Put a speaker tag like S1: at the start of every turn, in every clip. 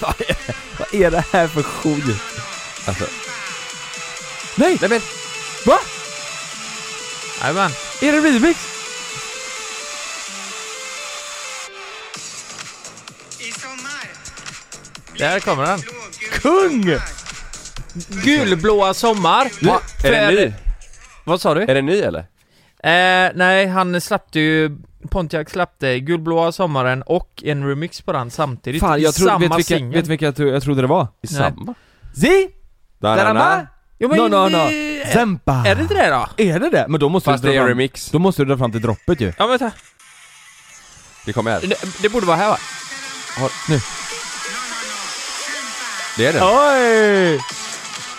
S1: vad, är, vad är det här för skit? Alltså. Nej!
S2: Nej men,
S1: Va?
S2: jajamän.
S1: Är det remix?
S3: I sommar.
S2: Där kommer den.
S1: Kung!
S2: Gulblåa sommar.
S1: Du,
S2: Va?
S1: är den
S2: För-
S1: ny?
S2: Vad sa du?
S1: Är den ny eller?
S2: Eh, nej, han släppte ju Pontiac släppte Gulblåa sommaren och en remix på den samtidigt
S1: Fan,
S2: i
S1: jag trodde,
S2: samma
S1: vet vilka,
S2: singel.
S1: vet vilka jag, tro, jag trodde det var? I
S2: Nej.
S1: Si! Da-da-da!
S2: Jo, men,
S1: No, no, no!
S2: eh,
S1: Zempa!
S2: Är det inte det då?
S1: Är det det? Men då måste
S4: Fast
S1: du dra
S4: det är
S1: fram,
S4: remix.
S1: Då måste du dra fram till droppet ju.
S2: Ja, vänta.
S4: Det kommer här.
S2: Det, det borde vara här va?
S1: Har, nu.
S4: Det är den.
S1: Oj!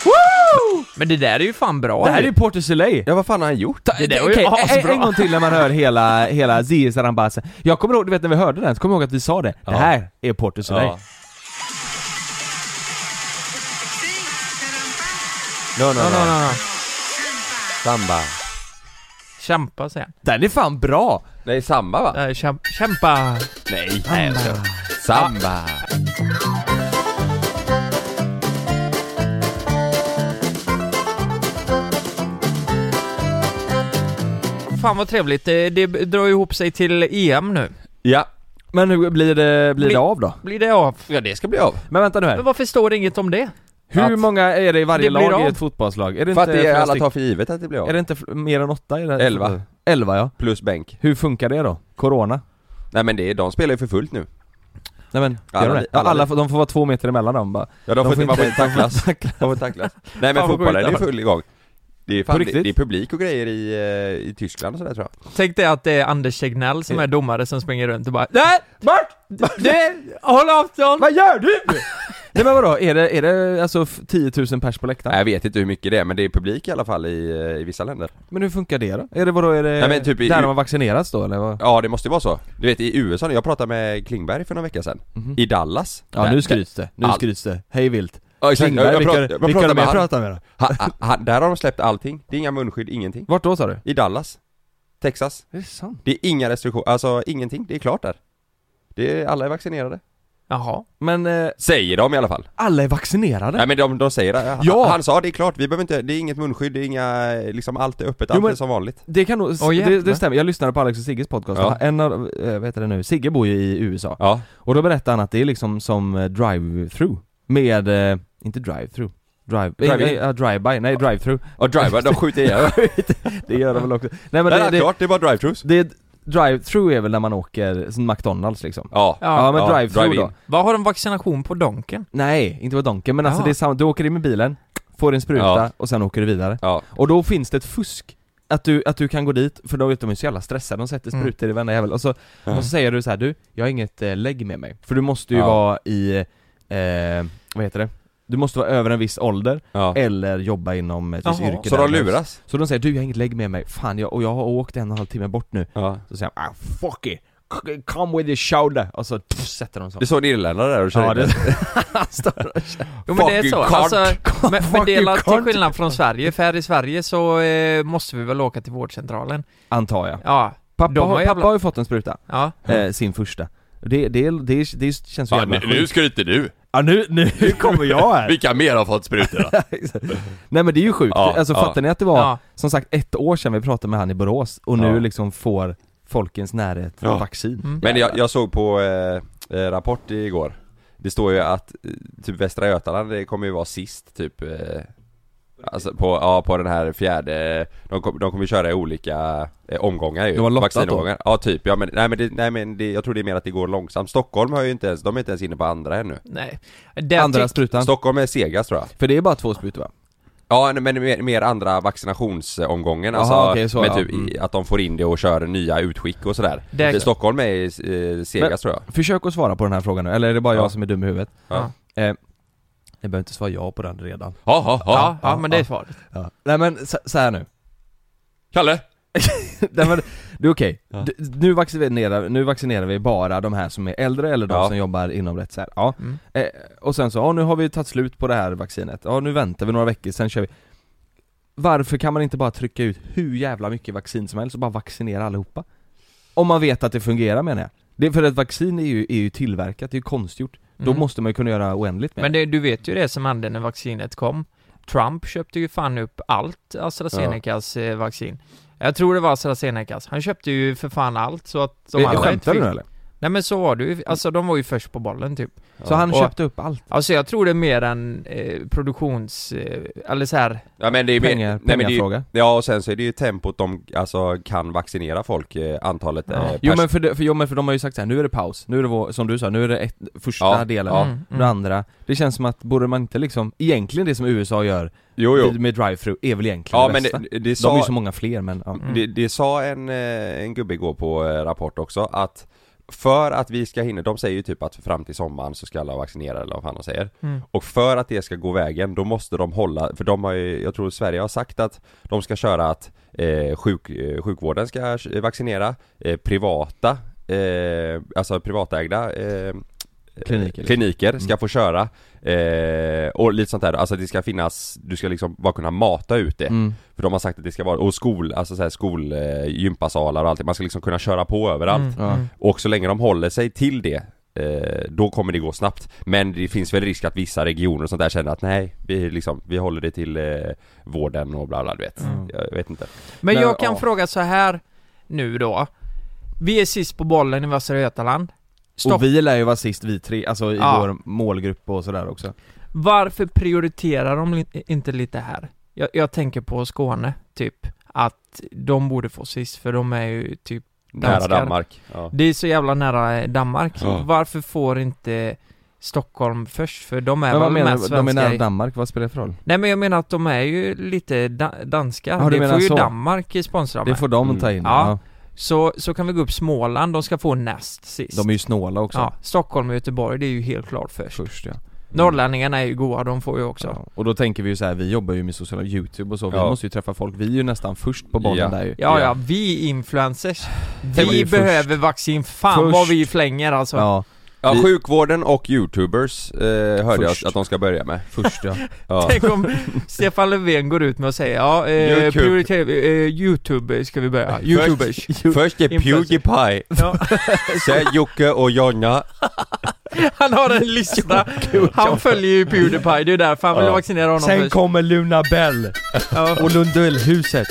S1: Woo!
S2: Men det där är ju fan bra.
S1: Det här är ju Port of Soleil.
S4: Ja, vad fan har han gjort?
S2: det där var ju
S1: Okej, en,
S2: asbra.
S1: en gång till när man hör hela, hela Zies Arambase. Jag kommer ihåg, du vet när vi hörde den, så kommer jag ihåg att vi sa det. Det
S4: Ja.
S1: här är Port of Soleil.
S4: Ja. No, no,
S2: No, no,
S4: no.
S2: no, no.
S4: Samba.
S2: Kämpa säger han.
S1: Den är fan bra!
S4: Nej, samba va?
S2: Eh, kämp- Kämpa.
S4: Nej, samba. samba.
S2: Fan vad trevligt. Det, det drar ju ihop sig till EM nu.
S4: Ja,
S1: Men hur blir det, blir
S2: Bli-
S1: det av då?
S2: Blir det av?
S4: ja det ska bli av.
S1: Men vänta nu
S2: Men
S1: här.
S2: varför står det inget om det?
S1: Hur
S4: Att-
S1: många är det i varje
S2: Det blir
S1: lag i
S2: av.
S1: ett fotbollslag? Är det
S4: För att det är,
S1: flera
S4: alla tar
S1: styck-
S4: för givet att det blir av.
S1: Är det inte fl- mer än åtta? i det här
S4: Elva.
S1: fotbollet? Elva ja.
S4: Plus bänk.
S1: Hur funkar det då? Corona?
S4: Nej men det är, de spelar ju för fullt nu.
S1: Nej men,
S4: Alla
S1: gör de,
S4: li-
S1: det? Ja,
S4: alla
S1: alla
S4: li-
S1: får, de får vara två meter emellan dem bara.
S4: Ja, de, får inte, man får inte tacklas.
S1: tacklas.
S4: De får tacklas. Nej men
S2: vad
S4: fotbollen
S2: sjukt
S4: är ju
S2: det var.
S4: full igång. Det är, fan,
S1: På
S4: det,
S1: riktigt?
S4: det är publik och grejer i, eh, i Tyskland och sådär tror jag.
S2: Tänk dig att det är Anders Tegnell som är domare som springer runt och bara Nej! Bort! Du, håll avstånd!
S1: Vad gör du? Nej men vadå, är det, är det alltså f- 10 000 pers på läktaren?
S4: Nej, jag vet inte hur mycket det är men det är publik i alla fall i, eh, i vissa länder.
S1: Men hur funkar det då? Är det vadå, är det
S4: Nej, men typ i-
S1: där de har vaccinerats då eller? Vad?
S4: Ja det måste ju vara så. Du vet i USA, när jag pratade med Klingberg för några veckor sedan. I Dallas.
S1: Mhm. Ja
S4: Där-
S1: nu skryts det, nu
S4: All-
S1: skryts det. Hej vilt.
S4: Ja, exakt.
S1: Klingberg,
S4: Jag- jag
S1: vilka-
S4: pratar- jag
S1: vilka
S4: pratar
S1: de
S4: med
S1: är
S4: han.
S1: pratar med då?
S4: Ha, ha, ha, där har de släppt allting. Det är inga munskydd, ingenting.
S1: Vart då sa du?
S4: I Dallas. Texas.
S1: Det är sant.
S4: Det är inga restriktioner, alltså ingenting. Det är klart där. Det är, alla är vaccinerade.
S2: Jaha.
S1: Men eh,
S4: Säger de i alla fall.
S1: alla är vaccinerade?
S4: Nej men de, de säger det. Han,
S1: Ja!
S4: han sa det är klart, vi behöver inte, det är inget munskydd, det är inga, liksom allt är öppet,
S1: Jo,
S4: allt
S1: men-
S4: är som vanligt.
S1: Det kan nog,
S2: Åh,
S1: det,
S2: jävlar.
S1: det stämmer. Jag lyssnade på Alex och Sigges podcast,
S4: Ja.
S1: en av, eh, vad heter det nu, Sigge bor ju i USA.
S4: Ja.
S1: Och då berättade han att det är liksom som eh, drive-through. Med, eh, inte drive-through. Drive,
S4: Drive-in.
S1: drive ja, drive-by, nej drive-through.
S4: Och driver, de skjuter ihjäl
S1: Det gör de väl också. Nej men
S4: Men det,
S1: det,
S4: är
S1: det,
S4: klart, det är bara drive-thrus.
S1: det drive-through är väl när man åker, som McDonalds liksom.
S4: Ja.
S1: Ja,
S2: Ja.
S1: men
S4: ja,
S1: drive-through
S4: drive-in.
S1: då.
S2: Vad har de vaccination på donken?
S1: Nej, inte på Donken men alltså
S2: Ja.
S1: det är samma, du åker in med bilen, får din spruta
S4: Ja.
S1: och sen åker du vidare.
S4: Ja.
S1: Och då finns det ett fusk, att du, att du kan gå dit, för då är de ju så jävla stressade, de sätter
S2: Mm.
S1: sprutor i varenda jävel och så, och så säger du så här: du, jag har inget eh, lägg med mig. För du måste ju
S4: Mm. Ja.
S1: vara i, eh, vad heter det? Du måste vara över en viss ålder,
S4: ja.
S1: eller jobba inom ett visst
S2: Jaha.
S1: yrke
S4: Så
S1: där.
S4: de luras?
S1: Så de säger du, jag har inget lägg med mig, fan jag, och jag har åkt en och en halv timme bort nu.
S4: Ja.
S1: Så säger han, ah fuck it, C- come with your shoulder, och så pff, sätter de så.
S4: Det såg en irländare där och körde
S1: Ja,
S4: in
S1: det-
S4: den.
S2: Jo men det är
S4: Fuck
S2: så,
S4: you,
S2: alltså, men, men det är
S1: you
S2: la- till
S1: cunt.
S2: skillnad från Sverige, för här i Sverige så eh, måste vi väl åka till vårdcentralen?
S1: Antar jag.
S2: Ja,
S1: Pappa,
S2: De
S1: har,
S2: har jävla-
S1: pappa har ju fått en spruta,
S2: ja.
S1: eh, sin första. Det, det, det, det känns så
S4: Mm. Ja,
S1: jävla
S4: nu- nu
S1: sjukt.
S4: skryter du.
S1: Ja, nu, nu kommer jag här!
S4: Vilka mer har fått sprutor då?
S1: Nej men det är ju sjukt,
S4: Ja,
S1: alltså
S4: ja.
S1: fattar ni att det var,
S2: Ja.
S1: som sagt, ett år sedan vi pratade med han i Borås och nu
S4: Ja.
S1: liksom får folkens närhet
S4: Ja.
S1: vaccin.
S2: Mm.
S4: Men jag, jag såg på eh, eh, Rapport igår. Det står ju att eh, typ Västra Götaland det kommer ju vara sist typ eh, Alltså på, ja, på den här fjärde, de, kom, de kommer ju köra i olika eh, omgångar ju
S1: Det var lottat då?
S4: Vaccinomgångar. Ja typ, ja men nej men, det, nej, men det, jag tror det är mer att det går långsamt Stockholm har ju inte ens, de är inte ens inne på andra ännu
S2: Nej. Det jag
S1: Andra
S2: tyck-
S1: sprutan,
S4: Stockholm är segast tror jag
S1: för det är bara två sprutor va?
S4: Ja nej, men mer, mer andra vaccinationsomgången
S1: Jaha,
S4: alltså
S1: okej, så,
S4: med
S1: ja.
S4: typ i- att de får in det och kör nya utskick och sådär
S2: Det-
S4: Det- Stockholm är eh, segast
S1: Men-
S4: tror jag
S1: Försök att svara på den här frågan nu, eller är det bara jag
S4: Ja.
S1: som är dum i huvudet?
S4: Ja.
S1: Eh, jag behöver inte svara ja på den redan.
S4: Ja, ja,
S2: ja, ja,
S1: ja,
S2: men det är
S1: ja.
S2: svaret.
S1: Nej men så, så här nu,
S4: Kalle!
S1: Nej men, det är okej.
S4: Ja.
S1: D- Nu, vaccinerar, nu vaccinerar vi bara de här som är äldre eller de
S4: Ja.
S1: som jobbar inom rätt så här. Ja.
S2: Mm.
S1: Eh, och sen så, ja nu har vi tagit slut på det här vaccinet, ja nu väntar vi några veckor, sen kör vi Varför kan man inte bara trycka ut hur jävla mycket vaccin som helst och bara vaccinera allihopa? Om man vet att det fungerar menar jag. Det, för ett vaccin är ju, är ju tillverkat, det är ju konstgjort
S2: Mm.
S1: Då måste man ju kunna göra oändligt med
S2: Men det, du vet ju det som hände när vaccinet kom. Trump köpte ju fan upp allt AstraZenecas eh, vaccin. Jag tror det var AstraZenecas. Han köpte ju för fan allt så att de
S1: Eh,
S2: andra inte
S1: Skämtar du
S2: fick-
S1: nu eller?
S2: Nej men så var det ju. Alltså de var ju först på bollen typ.
S1: Så han
S2: Och-
S1: köpte upp allt?
S2: Alltså jag tror det är mer en eh, produktions... Eh, eller så här.
S4: Ja men det är mer-
S1: Pengar,
S4: nej, men det är, ju-
S1: pengafråga?
S4: Ja och sen så är det ju tempot de alltså, kan vaccinera folk, eh, antalet eh, pers-
S1: Jo men för, det, för, jo men för de har ju sagt så här, nu är det paus, nu är det vår, som du sa, nu är det ett, första
S4: Ja,
S1: delen,
S4: ja.
S1: och
S2: Mm,
S1: det
S2: mm.
S1: andra Det känns som att, borde man inte liksom, egentligen det som USA gör
S4: jo, jo.
S1: med drive-thru är väl egentligen
S4: Ja
S1: det
S4: men
S1: bästa?
S4: det, det
S1: De är ju
S4: sa,
S1: så många Mm. fler men, ja.
S4: det, det sa en, eh, en gubbe igår på eh, Rapport också att för att vi ska hinna, de säger ju typ att fram till sommaren så ska alla vaccinera eller vad fan de säger
S2: Mm.
S4: Och för att det ska gå vägen, då måste de hålla, för de har ju, jag tror Sverige har sagt att de ska köra att eh, sjuk, eh, sjukvården ska eh, vaccinera, eh, privata, eh, alltså privatägda eh,
S1: Kliniker.
S4: kliniker ska
S1: Mm.
S4: få köra eh, och lite sånt där, alltså det ska finnas, du ska liksom bara kunna mata ut det
S1: Mm.
S4: För de har sagt att det ska vara, och skol, alltså så här skol, eh, gympasalar och allt det. man ska liksom kunna köra på överallt
S2: Mm,
S1: Ja.
S2: mm.
S4: och så länge de håller sig till det eh, Då kommer det gå snabbt Men det finns väl risk att vissa regioner och sånt där känner att nej Vi, liksom, vi håller det till eh, vården och bla bla du vet
S2: Mm.
S4: Jag vet inte
S2: Men
S1: Men,
S2: jag kan
S1: ja.
S2: fråga så här nu då. Vi är sist på bollen i Västra Götaland. Stopp.
S1: Och vi lär ju vara sist vi tre, alltså i
S2: Ja.
S1: vår målgrupp och sådär också
S2: Varför prioriterar de li- inte lite här? Jag, jag tänker på Skåne, typ. Att de borde få sist, för de är ju typ...
S4: Nära
S2: Danskar.
S4: Danmark ja.
S2: Det är så jävla nära eh, Danmark.
S4: Ja.
S2: Varför får inte Stockholm först? För de är
S1: Men vad
S2: väl
S1: menar
S2: mest
S1: du?
S2: svenska
S1: De är nära
S2: i-
S1: Danmark, vad spelar det för roll?
S2: Nej men jag menar att de är ju lite da- danska.
S1: Ja, du
S2: det
S1: menar
S2: får ju
S1: så.
S2: Danmark sponsra
S1: Det
S2: med.
S1: får de
S4: Mm.
S1: ta in,
S2: Ja.
S1: ja.
S2: Så, så kan vi gå upp Småland, de ska få näst sist.
S1: De är ju snåla också
S2: ja, Stockholm och Göteborg, det är ju helt klart först.
S1: Först ja.
S2: Norrlänningarna är ju goa, de får ju också.
S1: ja Och då tänker vi ju så här, vi jobbar ju med sociala youtube och så, vi
S4: Ja.
S1: måste ju träffa folk, vi är ju nästan först på bollen
S4: Ja.
S1: där ju
S2: Ja,
S4: Ja.
S2: ja, vi influencers.
S1: Det var
S2: Vi
S1: ju
S2: behöver vaccin. Fan
S1: Först.
S2: vad vi flänger alltså.
S1: Ja,
S4: Ja,
S1: Vi-
S4: Sjukvården och youtubers eh, hörde
S1: Först.
S4: jag att de ska börja med
S1: först ja
S4: ja.
S2: Tänk om Stefan Löfven går ut med och säger ja, eh,
S4: YouTube.
S2: prioritera, eh, Youtube ska vi börja. Youtubers.
S4: Först är
S2: Influencer.
S4: Pewdiepie,
S2: Ja.
S4: sen Jocke och Jonna
S2: Han har en lista. Han följer ju Pewdiepie, det är därför han vill
S4: Ja.
S2: vaccinera honom först.
S1: kommer Luna Bell
S2: Ja.
S1: och Lundellhuset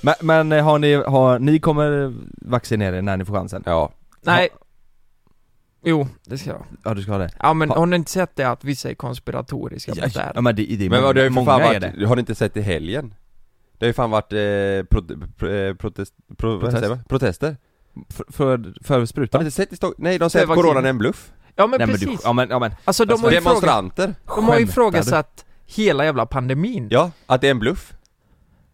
S1: Men, men eh, har ni, har, ni kommer vaccinera er när ni får chansen?
S4: Ja,
S2: Nej. Jo, det ska jag.
S1: Ja du ska ha det?
S2: Ja men
S1: Ha-
S2: har ni inte sett det att vissa är konspiratoriska mot det här?
S1: Ja men det, det är
S4: men vad, det har ju för
S1: många
S4: fan
S1: är det
S4: varit, har ni inte sett i helgen? Det har ju fan varit eh, pro, pro, eh, protest, pro,
S1: Protest.
S4: vad säger man? protester
S1: För, för, för
S4: Har
S1: sprutan?
S4: ni inte sett i Stockholm? Nej, de säger
S2: Det
S4: att
S2: var
S4: coronan
S2: kul.
S4: är en bluff
S2: Ja men
S1: Nej men
S2: precis.
S1: du, ja men, ja men
S2: Alltså de har ju frågat
S4: Demonstranter
S2: De har ju
S1: Skämtar
S2: ifrågasatt hela jävla pandemin.
S4: Ja, att det är en bluff.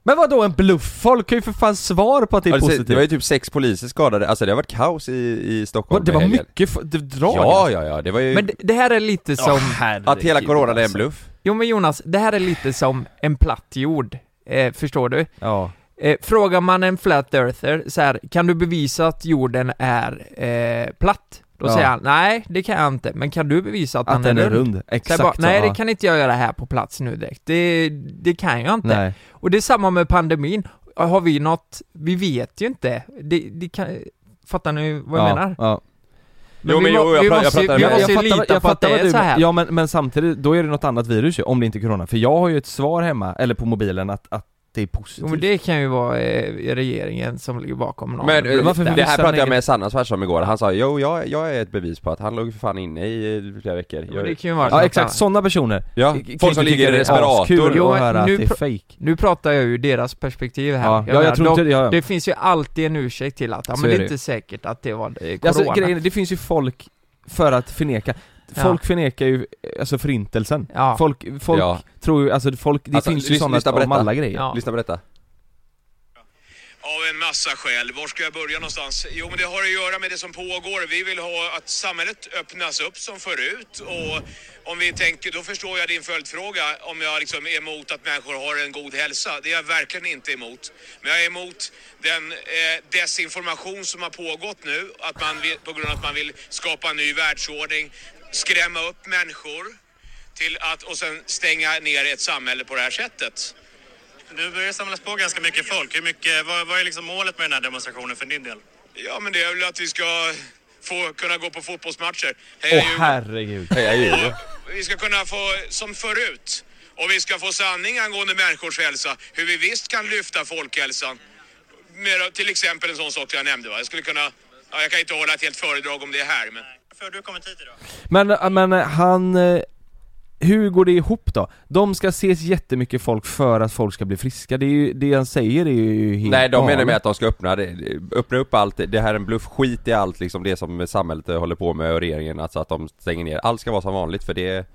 S1: Men vad då en bluff? Folk har ju för fan svar på att det är
S4: Har du sett-
S1: positivt
S4: det var ju typ sex poliser skadade, alltså det har varit kaos i, i Stockholm
S1: Vad, det
S4: i
S1: var
S4: helgen.
S1: mycket f- det alltså. drag
S4: Ja, ja, ja, det var ju...
S2: alltså. Men det, det här är lite som...
S4: att hela coronan är en bluff.
S2: Jo men Jonas, det här är lite som en platt jord. Eh, förstår du?
S1: Ja,
S2: Eh, frågar man en flat earther så här, kan du bevisa att jorden är eh, platt? Då
S1: Ja.
S2: säger han, nej det kan jag inte, men kan du bevisa att,
S1: att
S2: den,
S1: den är
S2: rund?
S1: rund,
S2: Så jag
S1: exakt
S2: bara,
S1: så,
S2: nej
S1: ja.
S2: det kan inte jag göra här på plats nu direkt, det, det kan jag inte.
S1: Nej,
S2: Och det är samma med pandemin, har vi något, vi vet ju inte, det, det kan, fattar ni vad jag
S1: ja,
S2: menar?
S1: Ja.
S2: Men
S4: Jo,
S2: vi
S4: men
S2: må-
S4: jo, jag
S2: vi
S4: pratar- jag
S2: måste ju-
S4: pratar
S2: vi
S4: med-
S1: fattar-
S2: måste ju lita
S1: jag
S2: på att
S1: fattar
S2: det
S1: vad
S2: är
S1: du-
S2: så här.
S1: Ja men, men samtidigt, då är det något annat virus ju, om det inte är corona. För jag har ju ett svar hemma, eller på mobilen, att, att det är positivt.
S2: Jo, men det kan ju vara eh, regeringen som ligger bakom någon.
S4: Men eh,
S1: varför
S4: det
S1: visar
S4: här
S1: han
S4: pratade jag
S1: ingen-
S4: med Sannas farsa om igår, han sa jo, jag, jag är ett bevis på att han låg för fan inne i eh, flera veckor.
S2: Jo, men det
S4: Jag,
S2: kan ju vara
S1: Ja
S2: något
S1: exakt,
S2: annat.
S1: sådana personer.
S4: ja,
S1: Kan inte
S4: folk som ligger
S1: tycka
S4: i
S1: det är
S4: respirator.
S1: askul
S2: Jo,
S1: att
S2: men
S1: höra att
S2: nu
S1: det är
S2: pra-
S1: fake.
S2: Nu pratar jag ju deras perspektiv här.
S1: Ja, ja
S2: menar,
S1: jag tror inte
S2: de,
S1: det, ja, ja.
S2: Det finns ju alltid en ursäkt till att, ja,
S1: Så är
S2: men det är
S1: det ju.
S2: inte säkert att det var eh, corona.
S1: Alltså grejen, det finns ju folk för att förneka.
S2: Ja.
S1: Folk förnekar ju, eh, alltså förintelsen.
S2: ja.
S1: Folk, folk
S4: Ja.
S1: tror ju, alltså folk, det
S4: Alltså,
S1: finns ju
S4: lys-
S1: sådana
S4: lyssna,
S1: om
S4: berätta.
S1: alla grejer.
S2: Ja.
S4: Lyssna på detta.
S5: Av en massa skäl. Var ska jag börja någonstans? Jo, men det har att göra med det som pågår. Vi vill ha att samhället öppnas upp som förut. Och om vi tänker, då förstår jag din följdfråga om jag liksom är emot att människor har en god hälsa. Det är jag verkligen inte emot. Men jag är emot den eh, desinformation som har pågått nu. Att man vill, på grund av att man vill skapa en ny världsordning, skrämma upp människor till att, och sen stänga ner ett samhälle på det här sättet.
S6: Nu börjar det samlas på ganska mycket folk. Hur mycket, vad, vad är liksom målet med den här demonstrationen för din del?
S5: Ja, men det är väl att vi ska få kunna gå på fotbollsmatcher. Heja
S1: Åh
S5: Djurgården.
S1: herregud.
S4: Heja Djurgården!
S5: Vi ska kunna få som förut. Och vi ska få sanning angående människors hälsa. Hur vi visst kan lyfta folkhälsan. Med, till exempel en sån sak jag nämnde. Va? Jag skulle kunna... Ja, jag kan inte hålla ett helt föredrag om det här, men...
S6: Varför har du kommit hit idag?
S1: Men, äh, men han... eh, Hur går det ihop då? De ska ses jättemycket folk för att folk ska bli friska, det, är ju, det han säger är ju helt
S4: Nej, de menar
S1: galet.
S4: med att de ska öppna, det- öppna upp allt, det här är en bluff, skit i allt liksom det som samhället håller på med och regeringen, alltså att de stänger ner. Allt ska vara som vanligt för det,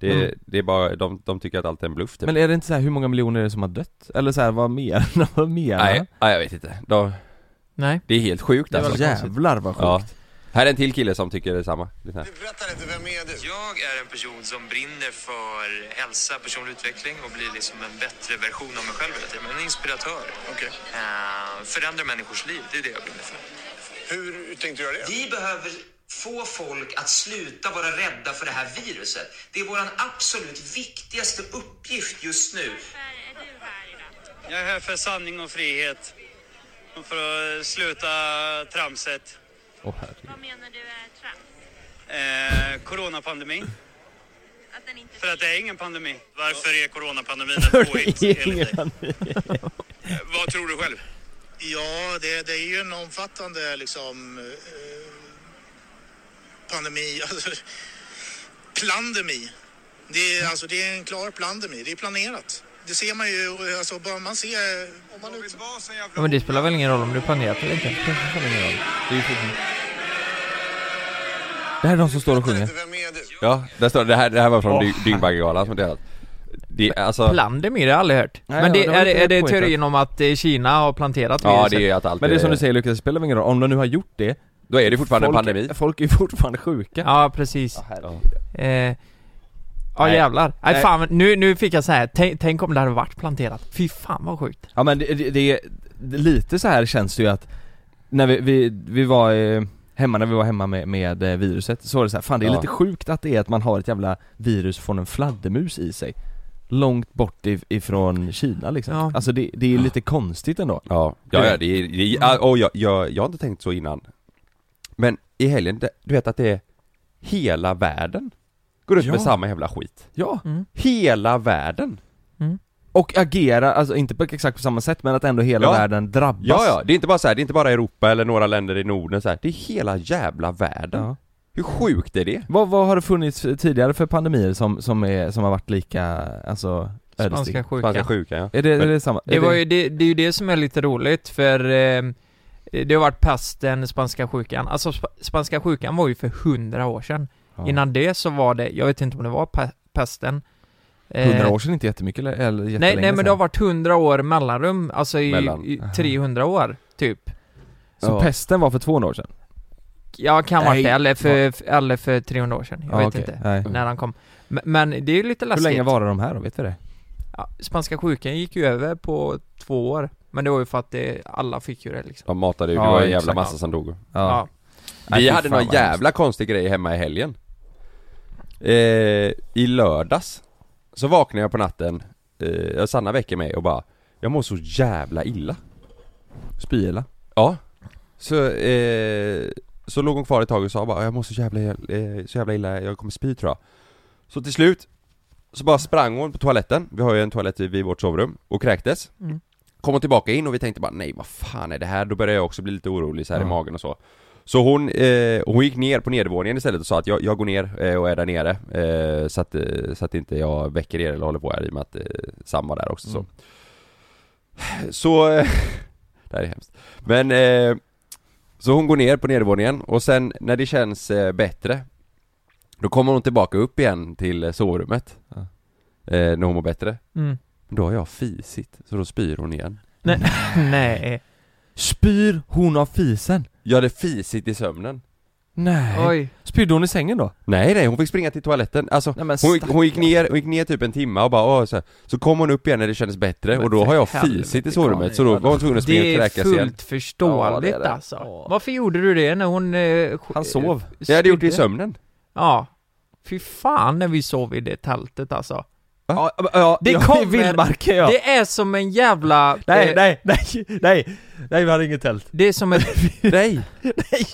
S4: det, det är bara, de, de tycker att allt är en bluff typ.
S1: Mm. Men är det inte så här hur många miljoner är det som har dött? Eller så här, vad mer? vad mer?
S4: Nej, nej, jag vet inte. De,
S2: Nej.
S4: det är helt sjukt
S1: Det
S4: alltså.
S1: var jävlar vad sjukt.
S4: Ja. Här är en till kille som tycker detsamma. Det här.
S3: Berätta lite, vem är du?
S7: Jag är en person som brinner för hälsa, personlig utveckling och blir liksom en bättre version av mig själv hela tiden. En inspiratör.
S3: Okej.
S7: Eh, förändra människors liv, det är det jag brinner för.
S3: Hur tänkte du göra det?
S7: Vi behöver få folk att sluta vara rädda för det här viruset. Det är vår absolut viktigaste uppgift just nu.
S6: Jag är här för sanning och frihet. Och för att sluta tramset.
S1: Åh, herregud.
S8: Vad menar du är trams?
S6: Eh, coronapandemin.
S8: Att den inte
S6: För att det är ingen pandemi. Varför är coronapandemin ett påhitt enligt dig? Eh,
S5: Vad tror du själv?
S9: Ja, det, det är ju en omfattande liksom, eh, pandemi. Alltså, plandemi. Det är, alltså, det är en klar plandemi. Det är planerat. Det ser man ju. Alltså, bara man ser... Om man ut...
S2: Ja, men det spelar väl ingen roll om du planerat eller inte?
S1: Det här är de som står och sjunger.
S3: Vem är du?
S4: Ja, där står det. Det här, det här var från oh. Dyngbaggegalan som delat. Det, alltså,
S2: Plandemi, det har jag aldrig hört.
S1: Nej,
S2: men det,
S1: det var
S2: är,
S1: lite
S2: är det
S1: poängterat.
S2: teorin om att eh, Kina har planterat
S4: ja
S2: viruset?
S4: det är att allt
S1: Men det är som du säger Lukas, det spelar väl ingen roll, om de nu har gjort det
S4: Då är det fortfarande
S1: folk,
S4: en pandemi.
S1: Folk är ju fortfarande sjuka
S2: Ja, precis. Eh, ja,
S4: Nej.
S2: jävlar. Nej,
S1: Nej.
S2: fan, nu, nu fick jag så här. Tänk, tänk om det hade varit planterat. Fy fan vad sjukt.
S1: Ja men det, det, det, det lite så här känns det ju att När vi, vi, vi var eh, hemma, när vi var hemma med, med eh, viruset så var det så här, fan det är
S4: Ja.
S1: lite sjukt att det är att man har ett jävla virus från en fladdermus i sig Långt bort if- ifrån Kina liksom,
S2: Ja.
S1: alltså det, det är lite konstigt ändå
S4: Ja, ja, ja det, är- det, är- ja, och jag, jag, jag har inte tänkt så innan. Men i helgen, det- du vet att det är hela världen går runt
S1: Ja.
S4: med samma jävla skit.
S1: Ja,
S4: Hela världen!
S1: och agera, alltså inte på exakt på samma sätt men att ändå hela
S4: Ja.
S1: världen drabbas
S4: Ja, ja, det är inte bara så här, det är inte bara Europa eller några länder i Norden så här. det är hela jävla världen.
S1: Ja.
S4: Hur sjukt är det?
S1: Vad, vad har det funnits tidigare för pandemier som, som, är, som har varit lika, alltså
S2: Spanska
S1: ödesdigra?
S2: sjukan.
S4: Spanska sjukan ja.
S1: Är det, är det samma?
S2: Det,
S1: är
S2: var ju, det, det är ju det som är lite roligt för eh, det har varit pesten, spanska sjukan. Alltså sp- spanska sjukan var ju för hundra år sedan.
S1: Ja.
S2: Innan det så var det, jag vet inte om det var pe- pesten. Eh,
S1: 100 år sedan inte jättemycket eller, eller
S2: Nej, nej men det har
S1: sedan.
S2: varit hundra år mellanrum, alltså i,
S4: Mellan.
S2: i 300 år typ.
S1: Så
S4: Ja.
S1: pesten var för 200 år sedan?
S2: Ja, kan vara
S1: Nej.
S2: det, eller för, f- eller för 300 år sedan. Jag
S1: Ja,
S2: vet
S1: okej.
S2: inte.
S1: Nej.
S2: När han kom. Men, men det är ju lite
S1: Hur
S2: läskigt.
S1: länge var de här då, vet vi det?
S2: ja, Spanska sjukan gick ju över på två år. Men det var ju för att det, alla fick ju det liksom.
S4: De matade ju, det
S1: Ja,
S4: var en jävla
S1: exakt.
S4: massa som dog.
S2: Ja.
S1: Nej,
S4: Vi
S1: fy
S4: hade
S1: fan
S4: någon
S1: vad hemskt.
S4: jävla konstig grej hemma i helgen eh, I lördags Så vaknade jag på natten eh, Sanna väcker mig och bara Jag mår så jävla illa
S1: Spyela?
S4: Ja Så, eh, så låg hon kvar ett tag och sa bara Jag mår så jävla, eh, så jävla illa, jag kommer spy tror jag Så till slut Så bara sprang hon på toaletten, vi har ju en toalett vid vårt sovrum, och kräktes
S2: Mm.
S4: Kom hon tillbaka in och vi tänkte bara nej vad fan är det här? Då började jag också bli lite orolig så här
S1: Ja.
S4: i magen och så Så hon, eh, hon gick ner på nedervåningen istället och sa att jag, jag går ner eh, och är där nere eh, så, att, eh, så att inte jag väcker er eller håller på här i och med att eh, Sam var där också så
S1: Mm.
S4: Så, eh, det här är hemskt Men eh, så hon går ner på nedervåningen och sen när det känns eh, bättre Då kommer hon tillbaka upp igen till eh, sovrummet
S1: Ja.
S4: eh, När hon mår bättre
S2: Mm.
S4: Men då har jag fisit, så då spyr hon igen
S2: Nej.
S1: Spyr hon av fisen?
S4: Jag hade fisit i sömnen
S1: Nej.
S2: Oj.
S1: Spydde hon i sängen då?
S4: Nej nej, hon fick springa till toaletten, alltså
S1: Nej, men
S4: hon, gick- hon gick
S1: stackarn.
S4: ner, hon gick ner typ en timma och bara åh, så, här. så kom hon upp igen när det kändes bättre
S2: Men
S4: och då
S2: för
S4: har jag
S2: helvete,
S4: fisit i
S2: Karin.
S4: sovrummet så då var hon tvungen att springa
S2: Det
S4: och
S2: är
S4: kräkas igen
S2: fullt förståeligt
S1: Ja, det är det.
S2: alltså.
S1: Ja.
S2: Varför gjorde du det när hon... Eh,
S1: Han sov.
S4: Jag hade gjort det i
S2: spydde?
S4: sömnen
S2: Ja. Fy fan när vi sov i det tältet alltså.
S1: Ja, ja,
S2: Det
S1: ja,
S2: kommer-
S1: I vildmarken ja!
S2: Det är som en jävla...
S1: Nej,
S2: eh,
S1: nej, nej, nej! Nej vi hade inget tält
S2: Det är som ett...
S4: Nej!
S1: Nej!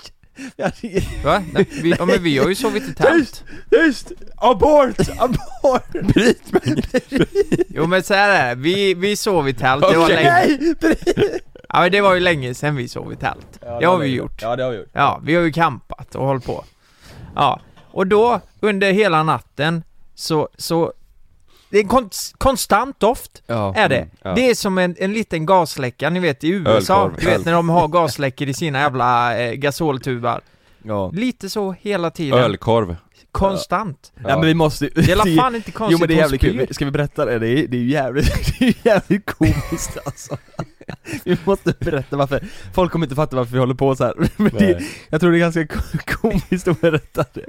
S1: Vi hade-
S2: Va? Nej, vi, ja, men vi har ju sovit i tält.
S1: Tyst! Abort! Abort! Bryt mig!
S2: Jo men så här är det, vi, vi sov i tält, det var
S1: Okej.
S2: länge Ja men det var ju länge sedan vi sov i tält. det har vi gjort.
S1: Ja det har vi gjort.
S2: Ja, vi har ju kampat och hållit på. Ja, och då under hela natten så, så det är en konst, konstant doft,
S1: Ja.
S2: är det.
S4: Mm. ja.
S2: Det är som en, en liten gasläcka, ni vet i USA,
S4: Ölkorv,
S2: du vet
S4: öl.
S2: när de har gasläckor i sina jävla eh, gasoltubar.
S1: Ja.
S2: Lite så hela tiden,
S4: Ölkorv
S2: konstant.
S1: Nej men vi måste ju-
S2: Det är alla fan inte konstigt
S1: Jo men det är
S2: hon
S1: jävligt
S2: spyr.
S1: kul, ska vi berätta det? Det är, det är ju jävligt, det är ju jävligt komiskt alltså Vi måste berätta varför, folk kommer inte fatta varför vi håller på så här. men det,
S4: Nej.
S1: jag tror det är ganska ko- komiskt att berätta det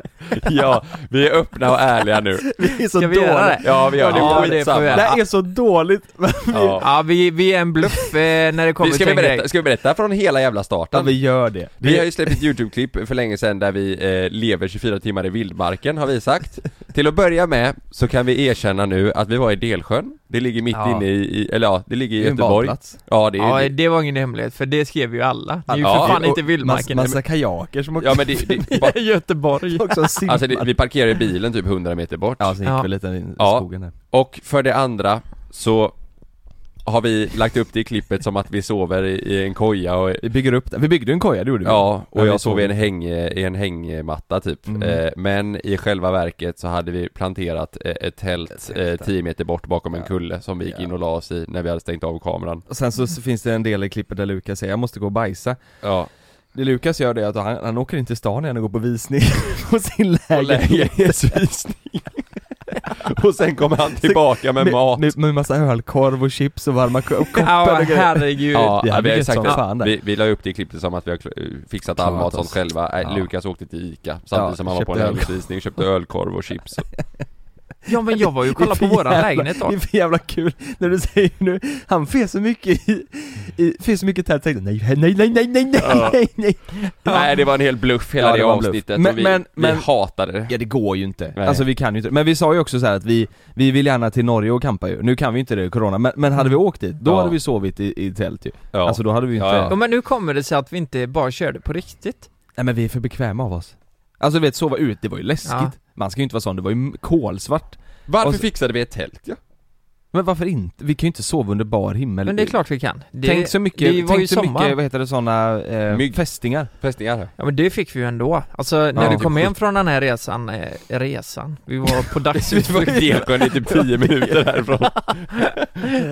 S4: Ja, vi är öppna och ärliga nu
S1: Vi är så
S2: Ska vi göra
S1: dåliga
S2: det?
S4: Ja vi gör det,
S2: Ja, det får
S4: skitsamma
S2: vi
S1: Det
S2: göra.
S1: här är så dåligt!
S4: ja.
S2: Ja, vi, vi är en bluff eh, när det kommer
S4: Vi-
S2: till
S4: ska, vi
S2: en
S4: berätta,
S2: grej.
S4: ska vi berätta från hela jävla starten?
S1: Ja vi gör det
S4: Vi har ju släppt ett YouTube-klipp för länge sedan där vi eh, lever 24 timmar i vildmarken har vi sagt Till att börja med så kan vi erkänna nu att vi var i Delsjön Det ligger mitt
S2: Ja.
S4: inne i, i, eller ja, det ligger i
S1: Det är en
S4: Göteborg
S1: badplats.
S4: Ja det är
S2: Ja, det var ingen hemlighet, för det skrev ju alla. Ni är ju
S4: Ja,
S2: för fan
S4: och-
S2: inte
S1: Massa,
S2: vildmarken.
S1: massa kajaker som åker
S4: Ja men det, det, ba,
S2: I Göteborg.
S1: också simmar
S4: alltså det, vi parkerar i bilen typ 100 meter bort
S1: Ja så gick
S2: Ja.
S1: vi lite in i
S4: Ja.
S1: skogen där
S4: Och för det andra så har vi lagt upp det i klippet som att vi sover i, i en koja och
S1: Vi bygger upp den, vi byggde en koja det gjorde vi
S4: Ja,
S1: Mm. Ja,
S4: och
S1: vi Mm.
S4: jag sov i
S1: sov.
S4: en, häng, eh, i en hängmatta typ eh, Men i själva verket så hade vi planterat eh, ett tält eh, 10 meter bort bakom en kulle som vi gick in och la oss i när vi hade stängt av kameran
S1: Och sen så s- finns det en del i klippet där Lukas säger jag måste gå och bajsa
S4: Ja,
S1: Det Lukas gör det är att han, han åker in till stan igen och går på visning på sin lägenhet
S4: lägenhetsvisning Och sen kommer han tillbaka med mat
S1: Med, med massa ölkorv och chips och varma ko- koppar
S2: Ja,
S1: och grejer
S2: herregud.
S4: Ja,
S1: Vi hade
S4: vi, har ju
S1: gött
S4: sagt
S1: som
S4: det.
S1: fan där.
S4: vi, vi la upp det i klippet som att vi har kl- eh, fixat all
S1: Klarat
S4: mat sånt
S1: oss.
S4: själva. Nej,
S1: Ja.
S4: Lukas åkte till Ica samtidigt
S1: Ja,
S4: som han var på en
S1: köpte ölkorv.
S4: ölutvisning, köpte ölkorv och chips.
S2: Ja men jag var ju och kollade
S1: Det
S2: på
S1: är för
S2: våran
S1: jävla-
S2: lägenhet
S1: Det
S2: då.
S1: är för jävla kul när du säger nu, han fes så mycket i, i fes så mycket tält, tänkte nej, nej, nej, nej, nej, nej,
S4: Ja.
S1: nej, nej.
S4: Nej, det var en hel bluff hela
S1: Ja,
S4: det,
S1: det var en bluff.
S4: avsnittet
S1: Men-
S4: och vi,
S1: men-
S4: vi
S1: men-
S4: hatade det.
S1: Ja det går ju inte,
S4: Nej.
S1: alltså vi kan ju inte, men vi sa ju också så här att vi, vi vill gärna till Norge och campa ju, nu kan vi inte det, corona, men, men hade vi åkt dit, då
S4: Ja.
S1: hade vi sovit i, i tält ju
S4: Ja.
S1: Alltså då hade vi ju inte,
S4: Ja, ja.
S2: Ja, men nu kommer det sig att vi inte bara körde på riktigt.
S1: nej men vi är för bekväma av oss Alltså du vet, sova ut, det var ju läskigt
S2: Ja.
S1: Man ska ju inte vara sån, det var ju kolsvart
S4: Varför
S1: och så-
S4: fixade vi ett tält? Ja.
S1: Men varför inte? Vi kan ju inte sova under bar himmel
S2: Men det är klart vi kan. Det,
S1: Tänk så mycket,
S2: det var ju
S1: tänk så
S2: sommar.
S1: mycket, vad heter det, såna eh,
S4: Mygg.
S1: fästingar
S4: Fästingar.
S2: Ja men det fick vi ju ändå. Alltså när
S1: Ja.
S2: vi kom hem från den här resan, eh, resan, vi var på dagsutflykt.
S4: Delsjön är typ 10 minuter härifrån.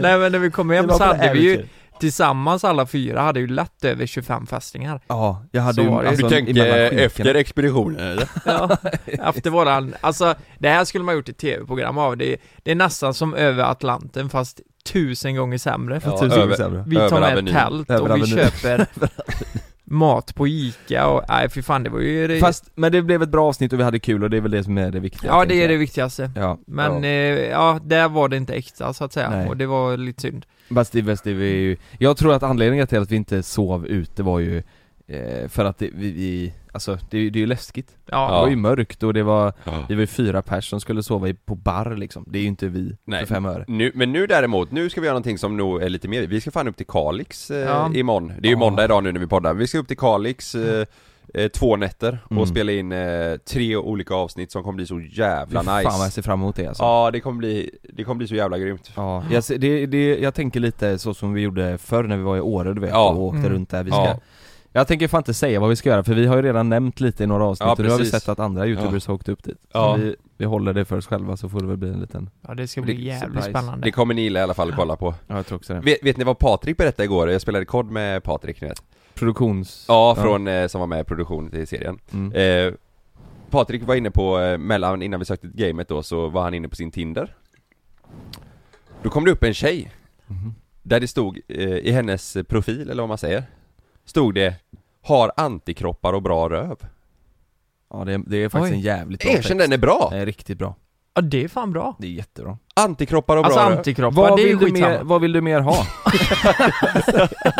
S2: Nej men när vi kom hem
S1: Det var
S2: så
S1: på
S2: hade vi ju
S1: äventyr.
S2: tillsammans alla fyra hade ju lätt över 25 fästingar.
S1: Ja, jag hade
S2: Så
S1: ju
S2: var det.
S1: alltså,
S4: Du
S1: emellan
S4: tänker
S1: skinkorna.
S4: eh, efter expeditionen eller?
S2: Ja, efter våran, alltså det här skulle man gjort ett tv-program av. Det, det är nästan som över Atlanten fast tusen gånger sämre.
S1: Ja, tusen
S4: över-
S1: gånger sämre.
S2: Vi tar
S4: Över
S2: med
S4: Avenyn.
S2: tält
S1: Över
S2: och vi
S1: Avenyn.
S2: köper mat på Ica och nej för fan det var ju det,
S1: Fast, men det blev ett bra avsnitt och vi hade kul och det är väl det som är det viktiga
S2: Ja det
S1: tänker
S2: är
S1: jag.
S2: det viktigaste.
S1: Ja,
S2: Men
S1: ja.
S2: ja. Eh, ja, där var det inte äkta så att säga
S1: Nej.
S2: och det var lite synd.
S1: Fast det, fast det var ju, jag tror att anledningen till att vi inte sov ute var ju eh, för att det, vi, vi, alltså det, är ju- det är ju läskigt
S2: Ja.
S1: Det var
S4: Ja.
S1: ju mörkt och det var,
S4: Ja.
S1: vi var ju fyra pers som skulle sova i, på bar liksom Det är ju inte vi
S4: Nej.
S1: för fem öre
S4: Nu, men nu däremot, nu ska vi göra någonting som nog är lite mer, vi ska fan upp till Kalix eh,
S2: Ja.
S4: imorgon. Det är ju
S1: Ja.
S4: måndag idag nu när vi poddar. Vi ska upp till Kalix eh, eh, två nätter och
S1: Mm.
S4: spela in eh, tre olika avsnitt som kommer bli så jävla
S1: Fy fan
S4: nice.
S1: vad jag ser fram emot det alltså
S4: Ja, det kommer bli, det kommer bli så jävla grymt.
S1: Ja, jag, ser- det, det, jag tänker lite så som vi gjorde förr när vi var i Åre du vet,
S4: Ja.
S1: och åkte
S2: Mm.
S1: runt där vi ska
S4: Ja.
S1: Jag tänker fan inte säga vad vi ska göra för vi har ju redan nämnt lite i några avsnitt
S4: Ja,
S1: och nu har vi
S4: precis.
S1: sett att andra youtubers har åkt upp dit Så
S4: Ja.
S1: vi, vi håller det för oss själva så får det väl bli en liten
S2: Ja det ska bli
S1: Det-
S2: jävligt
S1: surprise.
S2: spännande.
S4: Det kommer ni gilla i alla fall att kolla på.
S1: Ja jag tror också det
S4: Vet, vet ni vad Patrik berättade igår? Jag spelade kod med Patrik, ni vet.
S1: Produktions...
S4: Ja, från, Eh, som var med i produktionen till serien.
S1: Mm.
S4: Eh, Patrik var inne på, eh, mellan, innan vi sökte till gamet då, så var han inne på sin Tinder. Då kom det upp en tjej. Där det stod, eh, i hennes profil, eller vad man säger, stod det Har antikroppar och bra röv.
S1: Ja det är, det är faktiskt
S2: Oj.
S1: en jävligt bra
S4: Erkänn den är bra!
S1: Den är riktigt bra,
S2: Ja det är fan bra.
S1: det är jättebra
S4: Antikroppar och bra
S2: Alltså
S4: röv.
S2: antikroppar, det är ju
S1: du mer,
S2: skitsamma.
S1: vad vill du mer ha?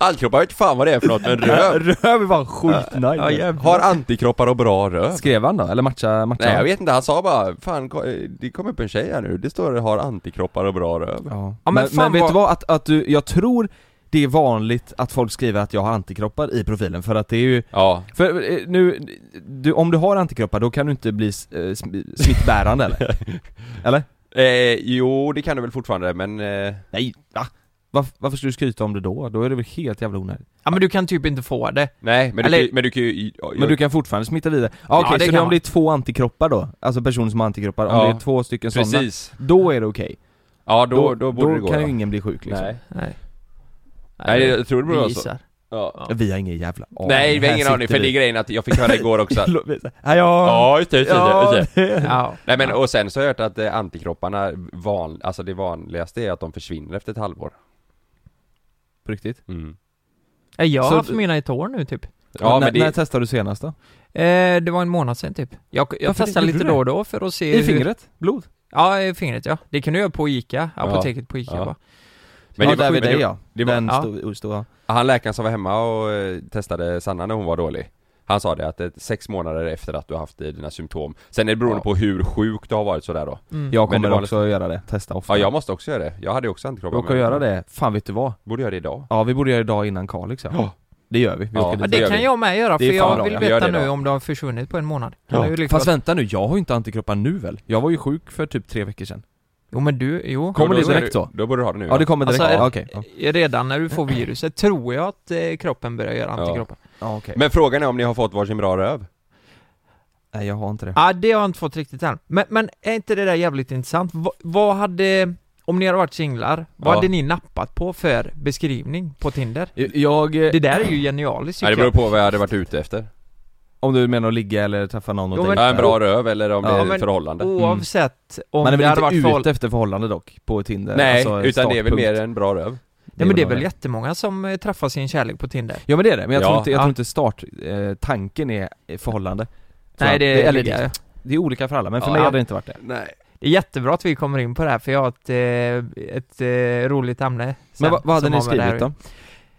S4: Antikroppar, jag vet fan vad det är för något, men röv.
S1: Röv är fan skitnice
S2: Ja, jävlar.
S4: Har antikroppar och bra röv.
S1: Skrev han då? Eller matcha, matcha?
S4: Nej jag
S1: han?
S4: vet inte, han sa bara Fan, ko- eh, det kom upp en tjej här nu, det står har antikroppar och bra röv
S1: Ja,
S2: Ja,
S1: men,
S2: men
S1: men,
S2: fan
S1: vet
S2: vad-
S1: du vad? Att, att du, jag tror det är vanligt att folk skriver att jag har antikroppar i profilen för att det är ju
S4: Ja,
S1: för eh, nu, du, om du har antikroppar då kan du inte bli s- eh, sm- smittbärande eller? Eller?
S4: eh, jo det kan du väl fortfarande men... Eh,
S1: Nej, va? Varf- varför skulle du skryta om det då? Då är det väl helt jävla onödigt?
S2: Ja men du kan typ inte få det.
S4: nej men du,
S2: Eller-
S4: kan ju- men du kan ju... ja,
S1: Men du kan fortfarande smitta vidare? Ja, okej, så
S2: det kan
S1: det är om
S2: man.
S1: det är två antikroppar då? Alltså personer som har antikroppar, om
S4: Ja,
S1: det är två stycken sådana?
S4: Precis!
S1: Då är det okej?
S4: Ja då, då, borde det gå
S1: kan
S4: då.
S1: ju ingen bli sjuk liksom.
S4: Nej,
S2: Nej.
S4: nej det- jag tror det
S2: vi
S4: borde
S1: alltså.
S4: vara så
S2: gissar.
S4: ja.
S1: Vi har ingen jävla aning.
S4: Nej vi har
S1: Här
S4: ingen aning
S1: sitter
S4: för det
S1: vi.
S4: är grejen att jag fick höra igår också att...
S1: Ja, ja,
S4: Ja just det, just det, just det.
S2: Ja.
S4: Nej men och sen så har jag hört att eh, antikropparna, van, alltså det vanligaste är att de försvinner efter ett halvår Mm.
S1: På riktigt?
S2: Ja, Jag har
S1: Så-
S2: haft mina i ett år nu typ.
S4: Ja
S1: när,
S4: men
S1: när
S4: det,
S1: testade du senast då?
S2: Eh, det var en månad sedan typ. Jag, jag
S1: Varför
S2: testar
S1: gjorde du
S2: lite
S1: det?
S2: då och då för att se
S1: I fingret? Blod?
S2: Ja, i fingret ja. Det kan du göra på Ica, apoteket på Ica
S4: Ja.
S2: bara.
S4: men
S1: ja,
S4: det
S1: där
S4: var
S1: vid dig
S4: sjukt, men
S1: ja.
S4: det var-
S1: Den
S2: ja.
S1: stod, stod, ja.
S4: det- han läkaren som var hemma och eh, testade Sanna när hon var dålig Han sa det att eh, sex månader efter att du har haft eh, dina symptom Sen är det beroende
S1: Ja.
S4: på hur sjuk du har varit sådär då
S1: Jag
S4: Men det
S1: kommer
S4: var
S1: också att göra det, liksom- testa ofta.
S4: Ja jag måste också göra det, jag hade ju också antikroppar
S1: Råkar
S4: men-
S1: göra det, fan vet du vad?
S4: Borde göra det idag
S1: Ja vi borde göra idag innan Kalix ja. Det gör vi, vi
S4: Ja.
S1: åker
S2: Ja,
S1: dit.
S4: det
S2: det
S4: gör
S2: kan
S4: vi.
S2: jag med göra för
S4: Det är fan
S2: jag
S4: bra,
S2: vill
S4: ja. Vi gör
S2: veta
S4: det
S2: nu
S4: då.
S2: om de har försvunnit på en månad. Kan det ju liksom
S1: Fast vänta nu, jag har ju inte antikroppar nu väl? Jag var ju sjuk för typ tre veckor sedan.
S2: Jo men du, jo.
S1: Kommer
S4: Då-
S1: det
S4: då ska
S1: direkt
S4: du-
S1: då?
S4: Då borde du ha det nu
S1: Ja det kommer direkt,
S2: Alltså,
S1: ja, okej. Ja.
S2: Redan när du får viruset tror jag att eh, kroppen börjar göra
S4: Ja.
S2: antikroppar. Ja.
S1: Ja, okej.
S4: Men frågan är om ni har fått varsin bra röv?
S1: Nej jag har inte det.
S2: Ah, det har jag inte fått riktigt än. Men, men är inte det där jävligt intressant? Va, vad hade, om ni hade varit singlar, vad
S4: Ja.
S2: hade ni nappat på för beskrivning på Tinder?
S1: Jag, eh,
S2: Det där är ju genialiskt
S4: Nej det
S2: tycker
S4: beror
S2: jag.
S4: på vad jag hade varit ute efter
S1: om du menar att ligga eller träffa någon och
S2: Jo,
S1: tänka-
S4: Ja en bra röv eller om det Mm.
S1: Ja,
S4: är
S2: men-
S4: ett förhållande
S2: Oavsett om
S1: Man är
S2: det hade
S1: väl
S2: varit
S1: inte
S2: förhåll...
S1: ute efter förhållande dock, på Tinder?
S4: Nej,
S1: Alltså,
S4: utan det är väl
S1: startpunkt.
S4: mer en bra röv
S2: Nej men det är
S1: nog
S2: väl jättemånga som eh, träffar sin kärlek på Tinder.
S1: Ja men det är det, men jag
S4: Ja.
S1: tror inte, jag
S2: Ja.
S1: tror inte starttanken eh, tanken är eh, förhållande Tror
S2: Nej
S1: jag.
S2: det,
S1: eller
S2: det,
S1: det, det är olika för alla, men för
S2: Ja.
S1: mig hade det inte varit det
S4: Nej
S2: det är jättebra att vi kommer in på det här för jag har ett, eh, ett eh, roligt ämne sen,
S1: Men vad, vad hade
S2: som
S1: ni
S2: har med det här
S1: skrivit då?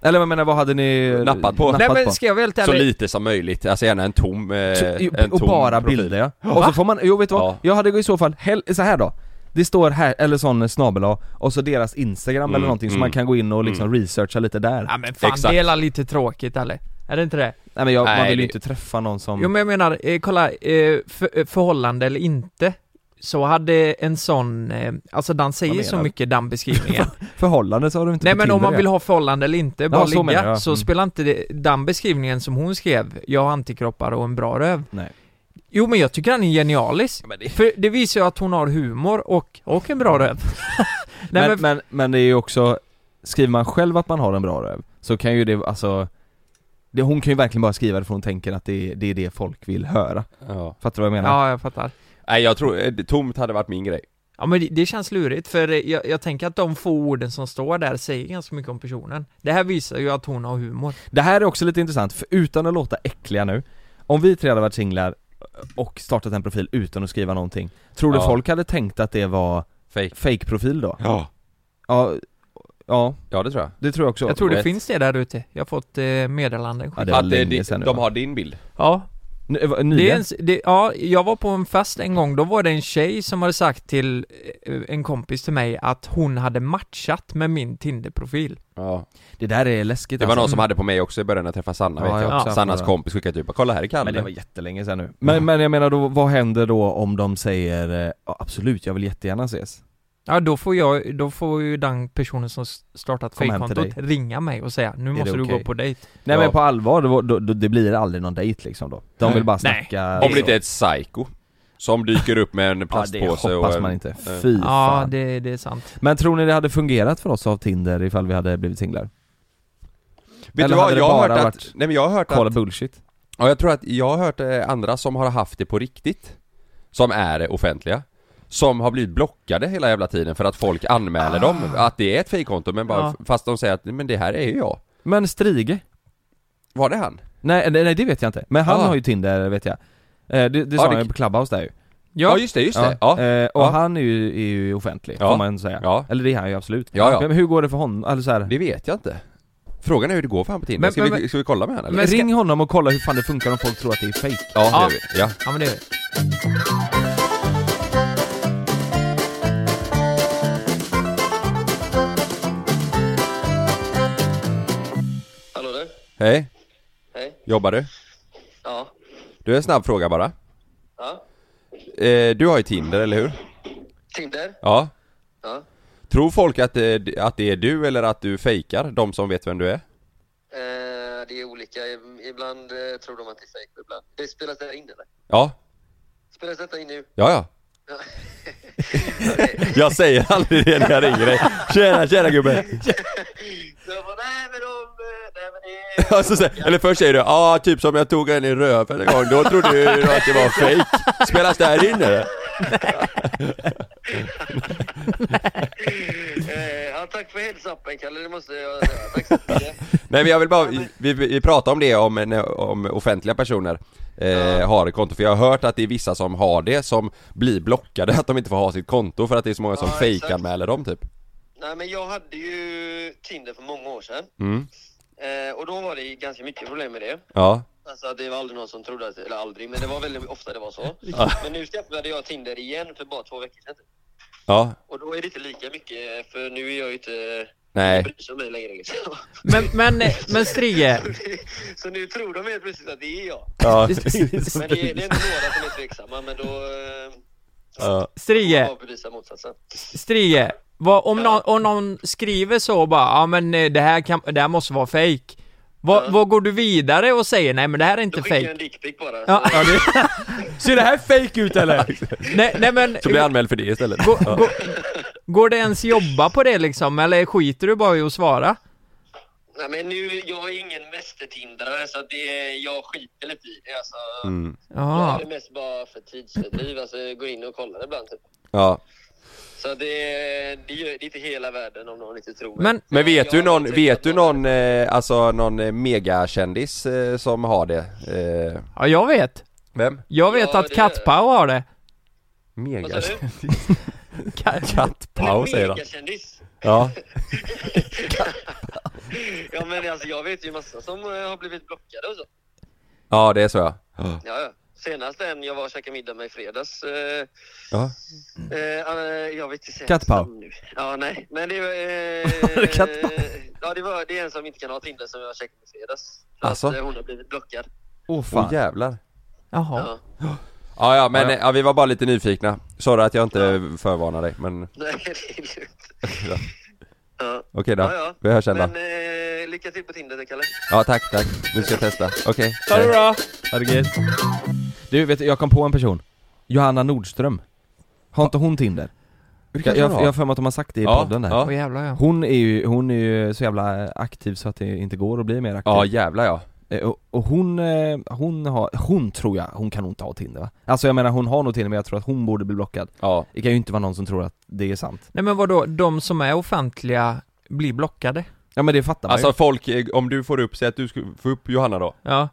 S1: Eller jag menar, vad hade ni eh,
S4: Nappat på.
S2: Nej
S1: nappat
S2: men
S1: på?
S2: ska jag vara helt
S4: Så
S2: ärlig?
S4: lite som möjligt, alltså gärna en tom, eh,
S1: Så-
S4: en
S1: och
S4: tom
S1: bara
S4: profil.
S1: bilder ja. Och så får man, jo vet du vad?
S4: Ja.
S1: Jag hade i så fall, hell, så här då Det står här, eller sån snabel och så deras instagram eller någonting så
S4: mm.
S1: man kan gå in och liksom researcha lite där
S2: Ja men fan
S4: Exakt.
S2: det är la lite tråkigt eller? Är det inte det?
S1: Nej men jag, man
S4: Nej,
S1: vill ju
S4: det-
S1: inte träffa någon som...
S2: Jo men jag menar, eh, kolla, eh, för, eh, förhållande eller inte så hade en sån, eh, alltså den säger
S1: Vad
S2: så
S1: menar du?
S2: mycket den beskrivningen
S1: Förhållande så har du inte
S2: Nej
S1: på
S2: men om
S1: Tinder
S2: man
S1: det.
S2: vill ha förhållande eller inte, bara
S1: Ja, så
S2: ligga, så,
S1: menar jag. Mm.
S2: spelar inte det, den beskrivningen som hon skrev, jag har antikroppar och en bra röv
S1: Nej.
S2: Jo men jag tycker han är genialisk,
S4: Men det-
S2: för det visar ju att hon har humor och, och en bra röv
S1: men,
S2: Nej men,
S1: men, men, det är ju också, skriver man själv att man har en bra röv, så kan ju det, alltså det, Hon kan ju verkligen bara skriva det för hon tänker att det, är- det är det folk vill höra
S4: Ja.
S1: Fattar du vad jag menar?
S2: ja jag fattar
S4: Nej jag tror, eh, tomt hade varit min grej
S2: Ja men det, det känns lurigt, för eh, jag, jag tänker att de få orden som står där säger ganska mycket om personen Det här visar ju att hon har humor
S1: Det här är också lite intressant, för utan att låta äckliga nu Om vi tre hade varit singlar och startat en profil utan att skriva någonting Tror du
S4: Ja.
S1: folk hade tänkt att det var
S4: Fake
S1: fake-profil då?
S4: Ja
S1: Ja, ja
S4: Ja det tror jag
S1: det tror jag också
S2: Jag tror det
S4: vet.
S2: finns det där ute, jag har fått eh, meddelanden
S1: ja,
S2: själv.
S1: det var
S4: Att det,
S1: länge
S4: de,
S1: sedan nu
S4: de
S1: va?
S4: har din bild
S2: Ja,
S1: Nu- eh, va-
S2: Det är
S1: Nyligen?
S2: en, s- det, ja, jag var på en fest en gång, då var det en tjej som hade sagt till eh, en kompis till mig att hon hade matchat med min Tinder-profil.
S4: Ja.
S1: Det där är läskigt
S4: Det var
S1: alltså.
S4: någon som hade på mig också i början när jag träffade Sanna
S1: Ja,
S4: vet
S1: jag har
S4: jag,
S1: också haft
S4: Sannas
S1: några.
S4: kompis skickade typ bara 'Kolla här är Kalle'
S1: Men det var jättelänge sedan nu Men, men jag menar då, vad händer då om de säger eh, "Ja, absolut, jag vill jättegärna ses?
S2: Ja, då får jag, då får ju den personen som s- startat
S1: Kom hem till
S2: fejkkontot ringa mig och säga nu måste
S1: det
S2: du
S1: okej?"
S2: gå på dejt.
S1: Nej
S4: Ja.
S1: men på allvar, då, då, då, det blir aldrig någon dejt liksom då? De vill bara
S2: Nej.
S1: snacka liksom.
S4: Om det inte är ett psycho Som dyker upp med en
S1: Ja det
S4: plastpåse och
S1: hoppas
S4: en,
S1: man inte, fy
S2: Ja,
S1: fan.
S2: det, det är sant.
S1: Men tror ni det hade fungerat för oss av Tinder ifall vi hade blivit singlar?
S4: Vet
S1: Eller hade
S4: du vad,
S1: det
S4: jag har
S1: bara
S4: hört
S1: varit-
S4: att, nej men jag har hört
S1: Kolla
S4: att,
S1: bullshit
S4: ja jag tror att jag har hört eh, andra som har haft det på riktigt Som är eh, offentliga som har blivit blockade hela jävla tiden för att folk anmäler dem
S1: Ah.
S4: att det är ett fejkkonto men bara,
S2: Ja.
S4: fast de säger att 'Men det här är ju jag'
S1: Men Strige?
S4: Var det han?
S1: Nej, eh, nej, nej det vet jag inte, men han
S4: Ah.
S1: har ju Tinder vet jag Eh, Det, det
S4: Ja,
S1: sa
S4: det-
S1: han ju på Clubhouse där ju
S4: Ja, just det, just det. Ja.
S1: Eh, Och
S4: Ja.
S1: han är ju, är ju offentlig,
S4: Ja.
S1: får man säga
S4: Ja.
S1: Eller det är han ju absolut
S4: Ja, ja.
S1: Men hur går det för honom? Alltså så här,
S4: Det vet jag inte. Frågan är hur det går för han på Tinder.
S2: Men-
S4: ska,
S2: men-
S4: vi, ska vi kolla med honom eller?
S2: men ska-
S1: Ring honom och kolla hur fan det funkar om folk tror att det är fake.
S4: Ja,
S2: Ja.
S4: det gör vi. Ja.
S2: Ja, men det är
S4: Hej,
S7: Hej.
S4: jobbar du?
S7: Ja.
S4: Du, en snabb fråga bara.
S7: Ja.
S4: Eh, du har ju Tinder, eller hur?
S7: Tinder?
S4: Ja.
S7: Ja.
S4: Tror folk att, eh, att det är du eller att du fejkar, de som vet vem du är?
S7: Eh, det är olika. Ibland eh, tror de att det är fake, ibland. Det spelas det här in eller?
S4: Ja,
S7: Spelas detta in nu?
S4: ja, ja.
S7: Ja.
S4: Jag säger aldrig det när jag ringer dig. Tjena, tjena gubben.
S7: Jag bara, nej men de, eh, nej men det är...
S4: Och Alltså, så säger, eller först säger du ja, ah, typ som jag tog en i röven en gång, då trodde du att det var fake. Spelas det här in eller?
S7: Eh, ja, tack för heads-upen Kalle, det måste jag säga. Tack så mycket.
S4: Nej men jag vill bara, vi, vi pratar om det om, en- om offentliga personer eh, har ett konto, för jag har hört att det är vissa som har det som blir blockade, att de inte får ha sitt konto för att det är så många som
S7: Ja, exakt.
S4: fejkanmäler dem typ.
S7: Nej men jag hade ju Tinder för många år sedan.
S4: Mm.
S7: Eh, och då var det ju ganska mycket problem med det.
S4: Ja,
S7: Alltså det var aldrig någon som trodde att, eller aldrig, men det var väldigt ofta det var så. Men nu skaffade jag Tinder igen för bara två veckor sedan. typ.
S4: ja,
S7: Och då är det inte lika mycket, för nu är jag ju inte...
S4: nej.
S7: bryr sig om mig längre liksom.
S2: Men, men, men Strige,
S7: Så nu tror de helt plötsligt att det är jag.
S4: Ja,
S7: Men det är, det är inte några som är tveksamma, men då... eh,
S4: ja.
S2: Strige,
S7: får man bevisa motsatsen.
S2: Strige. Vad, om, någon, om någon skriver så och bara, ja men eh, det här, kan, det här måste vara fake. Vad, vad går du vidare och säger, nej men det här är
S7: Då
S2: inte
S7: skickar jag
S2: fake?
S7: en dickpic bara.
S2: Ja.
S7: Så-
S10: Ser det här fake ut eller?
S2: Nej, nej men,
S4: Så blir jag anmäld för det istället.
S2: går,
S4: Ja.
S2: går, går det ens jobba på det liksom, eller skiter du bara i att svara?
S7: Nej, men nu, jag är ingen mästertindrare, så att det är, jag skiter lite i det. Alltså,
S2: Mm.
S7: Jag
S2: Ja.
S7: är det mest bara för tidsfördriv, alltså jag går in och kollar ibland typ.
S4: Ja.
S7: Så det, det, gör, det är inte hela världen om någon inte tror mig.
S2: Men-
S4: Men vet
S7: Jag
S4: du
S7: har
S4: någon,
S7: inte
S4: vet
S7: träffat
S4: du någon, eh, alltså någon eh, megakändis eh, som har det? Eh,
S2: ja, jag vet.
S4: vem?
S2: Jag vet
S7: Ja,
S2: att
S7: det-
S2: Kattpau har det.
S7: Vad sa du?
S4: Megakändis?
S2: Ka-
S4: Kattpaus säger han.
S7: Megakändis.
S4: Ja.
S7: Ja men alltså jag vet ju massa som eh, har blivit blockade och så.
S4: ja, det är så ja.
S7: Ja, ja. Senast en jag var och käkade middag med i fredags. Eh,
S4: Ja.
S7: eh, eh, jag vet inte säga
S1: Kattpaus.
S7: hans namn nu. Ja, nej. Men det var...
S1: Var det
S7: Eh,
S1: kattpaus?
S7: ja, det var det är en som inte kan ha Tinder som jag käkade med i fredags. För
S4: Alltså?
S7: Att, eh, hon har blivit blockad.
S1: Åh
S4: Åh
S1: fan.
S4: jävlar.
S2: Jaha.
S7: Ja.
S4: Ja, ja men eh, ja, vi var bara lite nyfikna. Sorry att jag inte förvarnade dig men okej
S7: Nej, det är lugnt.
S4: Ja.
S7: Ja.
S4: då.
S7: Ja, ja.
S4: Vi hörs sen då.
S7: Men eh, lycka till på Tinder Kalle.
S4: Ja tack, tack. Nu ska jag testa. Okej.
S10: Ha det
S4: hej.
S10: bra!
S1: Ja, det är gött. Du, vet du, jag kom på en person. Johanna Nordström. Har inte hon Tinder?
S4: Vilka
S1: Jag,
S4: tror
S1: jag,
S4: du
S1: jag
S4: har?
S1: har för mig att de har sagt det i
S4: Ja,
S1: podden där.
S4: ja.
S2: Åh jävlar ja.
S1: Hon är ju, hon är ju så jävla aktiv så att det inte går att bli mer aktiv.
S4: Ja jävlar ja.
S1: Eh, Och, och hon, eh, hon har, hon tror jag, hon kan nog inte ha Tinder va? Alltså jag menar hon har nog Tinder men jag tror att hon borde bli blockad.
S4: Ja.
S1: Det kan ju inte vara någon som tror att det är sant.
S2: Nej men vadå, de som är offentliga blir blockade?
S1: Ja men det fattar man
S4: Alltså
S1: ju.
S4: folk, eh, om du får upp, säg att du skulle få upp Johanna då.
S2: Ja.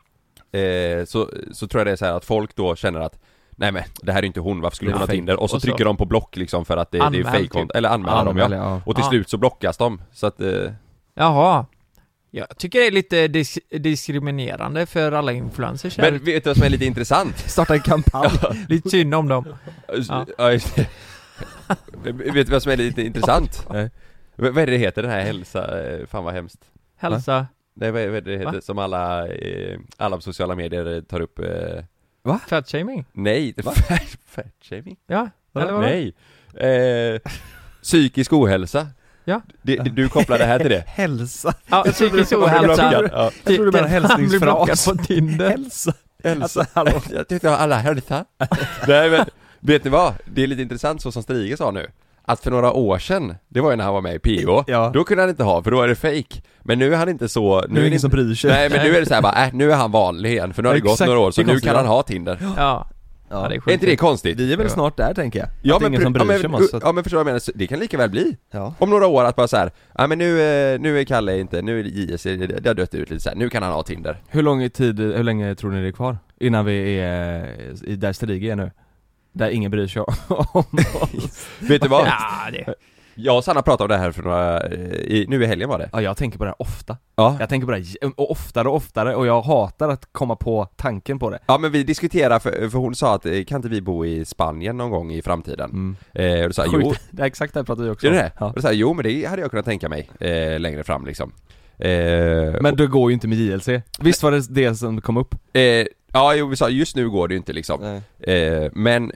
S4: Eh, så, så tror jag det är så här att folk då känner att Nej men det här är inte hon, varför skulle
S2: Ja,
S4: hon ha
S2: fake.
S4: Tinder? Och så
S2: Och så-
S4: trycker de på block liksom för att det, det är
S2: Anmäl,
S4: fejkkonto,
S2: typ.
S4: eller anmäler dem ja.
S1: Anmäler, ja.
S4: Och till
S2: Ja.
S4: slut så blockas de, så att eh,
S2: Jaha. Jag tycker det är lite dis diskriminerande för alla influencers. här.
S4: Men vet du vad som är lite intressant?
S1: Starta en kampanj.
S2: Lite synd om dem.
S4: Ja.
S2: Ja.
S4: just det. vet du vad som är lite intressant? Nej. V- vad är det det heter den här hälsa, eh, fan vad hemskt
S2: Hälsa.
S4: Nej vad är vad är det det heter
S2: Va?
S4: som alla, eh, alla på sociala medier eh, tar upp? Eh,
S2: Fatshaming.
S4: nej, fat- fatshaming?
S2: Ja. Eller vad?
S4: Nej! Eh, psykisk ohälsa
S2: Ja.
S4: det, det, Du kopplar det här till det?
S1: Hälsa.
S2: Ja, psykisk ohälsa.
S4: Ja.
S1: Jag tror du menar
S2: Han blir blockad
S1: hälsningsfras.
S2: på Tinder.
S1: Hälsa.
S4: Hälsa.
S1: Alltså, hallå.
S4: Jag tyckte jag alla hälsa. Nej men, vet ni vad? Det är lite intressant så som Strige sa nu. Att för några år sedan, det var ju när han var med i PH,
S1: Ja.
S4: då kunde han inte ha för då är det fake. Men nu är han inte så...
S1: Nu är det
S4: inte-
S1: ingen som bryr sig.
S4: Nej men nu är det så här bara, äh, nu är han vanlig igen för nu har det gått
S1: Exakt,
S4: några år så
S1: det är
S4: nu
S1: konstigt,
S4: kan
S1: ja.
S4: han ha Tinder.
S2: Ja. ja, det är
S4: Är
S2: sjukt.
S4: inte det konstigt?
S1: Vi är väl snart där tänker jag.
S4: Ja
S1: att det är
S4: men,
S1: ingen som
S4: pr- ja,
S1: bryr sig
S4: men,
S1: om oss. så att-
S4: ja men förstår du vad jag menar, Så det kan lika väl bli.
S1: Ja.
S4: Om några år att bara så här, ja men nu, eh, nu är Kalle inte, nu är JS, det har dött ut lite så här. nu kan han ha Tinder.
S1: Hur lång tid, hur länge tror ni det är kvar? Innan vi är eh, i- där Strige är nu? Där ingen bryr sig om oss.
S4: Vet du vad?
S2: Ja, det.
S4: Jag och Sanna pratade om det här för några, eh, i, nu i helgen var det.
S1: Ja, jag tänker på det här ofta.
S4: Ja.
S1: Jag tänker på det här j- och oftare och oftare och jag hatar att komma på tanken på det.
S4: Ja men vi diskuterade, för, för hon sa att eh, kan inte vi bo i Spanien någon gång i framtiden?
S1: Mm.
S4: Eh, och då sa jag jo,
S1: Sjukt. Det är exakt det här pratar vi också
S4: är det
S1: om.
S4: det?
S1: Ja.
S4: Och då sa jag jo men det hade jag kunnat tänka mig eh, längre fram liksom Eh,
S1: Men det går ju inte med JLC. Visst var det det som kom upp?
S4: Eh, ja, jo, vi sa just nu går det ju inte liksom. Eh, men,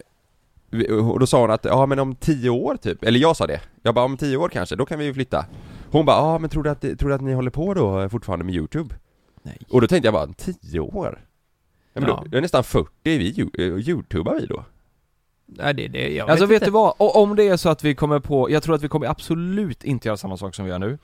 S4: vi- och då sa hon att ja men om tio år typ, eller jag sa det. Jag bara om tio år kanske, då kan vi ju flytta. Hon bara ja men tror du, att, tror du att ni håller på då eh, fortfarande med YouTube?
S1: Nej.
S4: Och då tänkte jag bara, om tio år? Ja, men
S2: Ja.
S4: Då, då är nästan 40, är vi ju- eh, youtubar vi då?
S2: Nej, det är det. Jag
S1: Alltså
S2: vet
S1: vet
S2: inte.
S1: du vad? O- Om det är så att vi kommer på, jag tror att vi kommer absolut inte göra samma sak som vi gör nu.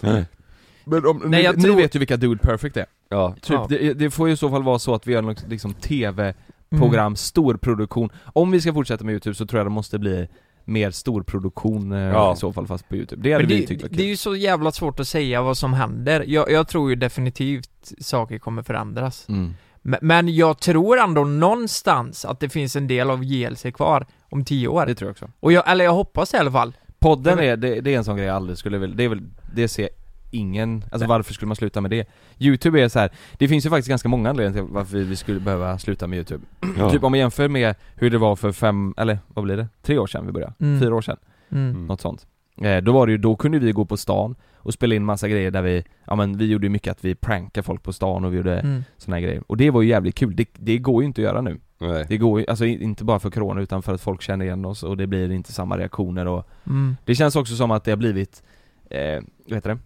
S1: Men om,
S2: Nej,
S1: ni,
S2: jag
S1: ni
S2: tror-
S1: vet ju vilka Dude Perfect är.
S4: Ja.
S1: Typ,
S2: Ja.
S1: det, det får ju i så fall vara så att vi gör något liksom TV-program, storproduktion. Om vi ska fortsätta med YouTube så tror jag det måste bli mer storproduktion eh,
S4: Ja.
S1: i så fall fast på YouTube. Det hade
S2: Men
S1: vi
S2: det,
S1: tyckt var
S2: det är
S1: kul.
S2: ju så jävla svårt att säga vad som händer. Jag, jag tror ju definitivt saker kommer förändras.
S1: Mm.
S2: Men, men jag tror ändå någonstans att det finns en del av JLC kvar om tio
S1: Det
S2: år.
S1: tror jag också.
S2: Och jag, eller jag hoppas i alla fall.
S1: Podden är, det, det är en sån grej jag aldrig skulle vilja, det är väl, det ser ingen, alltså varför skulle man sluta med det? Youtube är så här. det finns ju faktiskt ganska många anledningar till varför vi skulle behöva sluta med youtube. Typ om man jämför med hur det var för fem, eller vad blir det? Tre år sedan vi började?
S2: Mm.
S1: Fyra år sedan?
S2: Mm.
S1: Något sånt. Eh, då var det ju, då kunde vi gå på stan och spela in massa grejer där vi, ja men vi gjorde ju mycket att vi prankade folk på stan och vi gjorde
S2: Mm.
S1: såna här grejer. Och det var ju jävligt kul, det, det går ju inte att göra nu.
S4: Nej.
S1: Det går ju, alltså i- inte bara för corona utan för att folk känner igen oss och det blir inte samma reaktioner och
S2: Mm.
S1: det känns också som att det har blivit, eh, vad heter det?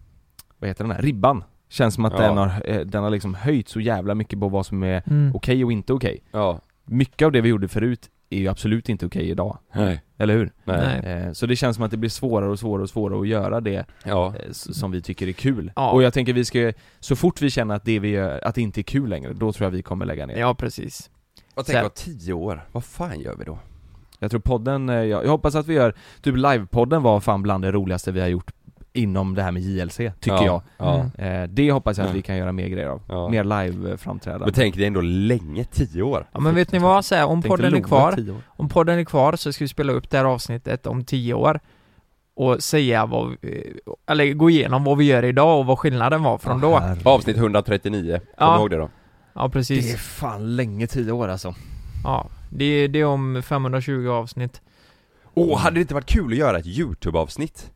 S1: Vad heter den här? Ribban! Känns som att
S4: Ja.
S1: den, har, eh, den har liksom höjt så jävla mycket på vad som är
S2: Mm.
S1: okej och inte okej.
S4: Ja.
S1: Mycket av det vi gjorde förut är ju absolut inte okej idag,
S4: Nej.
S1: eller hur?
S4: Nej.
S2: Nej.
S1: Eh, så det känns som att det blir svårare och svårare och svårare att göra det
S4: Ja.
S1: eh, s- som vi tycker är kul.
S2: Ja.
S1: Och jag tänker vi ska, så fort vi känner att det vi gör, att det inte är kul längre, då tror jag vi kommer lägga ner.
S2: Ja, precis.
S4: Och
S2: Så
S4: tänk
S2: här-
S4: om tio år, vad fan gör vi då?
S1: Jag tror podden, eh, jag, jag hoppas att vi gör, typ livepodden var fan bland det roligaste vi har gjort inom det här med JLC, tycker
S4: ja.
S1: jag.
S4: Ja.
S2: Mm.
S1: Eh, det hoppas jag att
S4: Ja.
S1: vi kan göra mer grejer av.
S4: Ja.
S1: Mer live-framträdande.
S4: Men tänk det är ändå länge, tio år.
S2: Ja, men vet ni vad? Så här, om
S1: Tänkte
S2: podden är
S1: Love
S2: kvar,
S1: tio år.
S2: Om podden är kvar så ska vi spela upp det här avsnittet om tio år och säga vad vi, eller gå igenom vad vi gör idag och vad skillnaden var från då.
S4: Avsnitt 139, kom
S2: Ja.
S4: ihåg det då.
S2: Ja,
S1: Det är
S2: precis.
S1: fan länge tio år alltså.
S2: Ja, det, är- det är om 520 avsnitt.
S4: Åh, hade det inte varit kul att göra ett YouTube-avsnitt?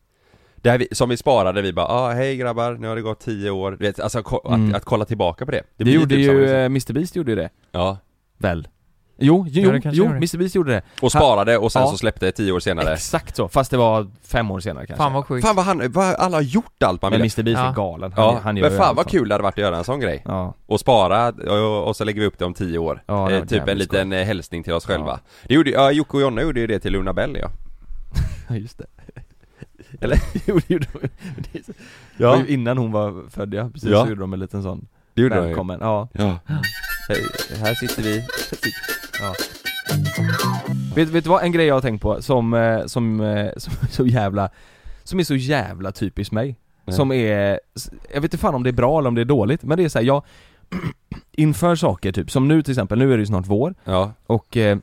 S4: Där vi, som vi sparade, vi bara ah, hej grabbar, nu har det gått 10 år, du vet, alltså ko- att,
S1: Mm.
S4: att kolla tillbaka på det
S1: Det, gjorde
S4: typ samma
S1: ju,
S4: sak.
S1: eh, Mr Beast gjorde ju det.
S4: Ja,
S1: Väl? Jo, jo,
S2: Ja, det kanske
S1: jo,
S2: gjorde det.
S1: Mr Beast gjorde det.
S4: och sparade och sen
S1: Ja.
S4: så släppte 10 år senare
S1: Exakt så, fast det var fem år senare kanske.
S2: Fan vad sjukt.
S4: Fan vad han, vad alla har gjort allt man
S1: men
S4: vill
S1: Mr Beast
S2: Ja.
S1: är galen. Han,
S4: Ja,
S1: han gör
S4: men
S1: ju
S4: fan
S1: allt
S4: vad
S1: sånt.
S4: kul det hade varit att göra en sån grej
S1: Ja.
S4: Och spara, och, och så lägger vi upp det om 10 år
S1: Ja, det hade
S4: eh,
S1: varit
S4: Typ en
S1: jävligt
S4: liten eh, hälsning till oss själva Det gjorde, ja Jocke och Jonna gjorde ju det till Luna Bell ja
S1: Ja, just det.
S4: Eller?
S1: jo, det gjorde de. Det är så- Det var ju innan hon var född ja, precis
S4: Ja.
S1: så gjorde de en liten sån
S4: Det gjorde de ju.
S1: välkommen. Ja.
S4: Ja Här- Här sitter vi
S1: Vet, vet du vad, en grej jag har tänkt på som, eh, som, eh, som är så jävla, som är så jävla typiskt mig.
S4: Nej.
S1: Som är, s- jag vet inte fan om det är bra eller om det är dåligt, men det är så här, jag inför saker typ, som nu till exempel, nu är det ju snart vår
S4: Ja,
S1: och eh,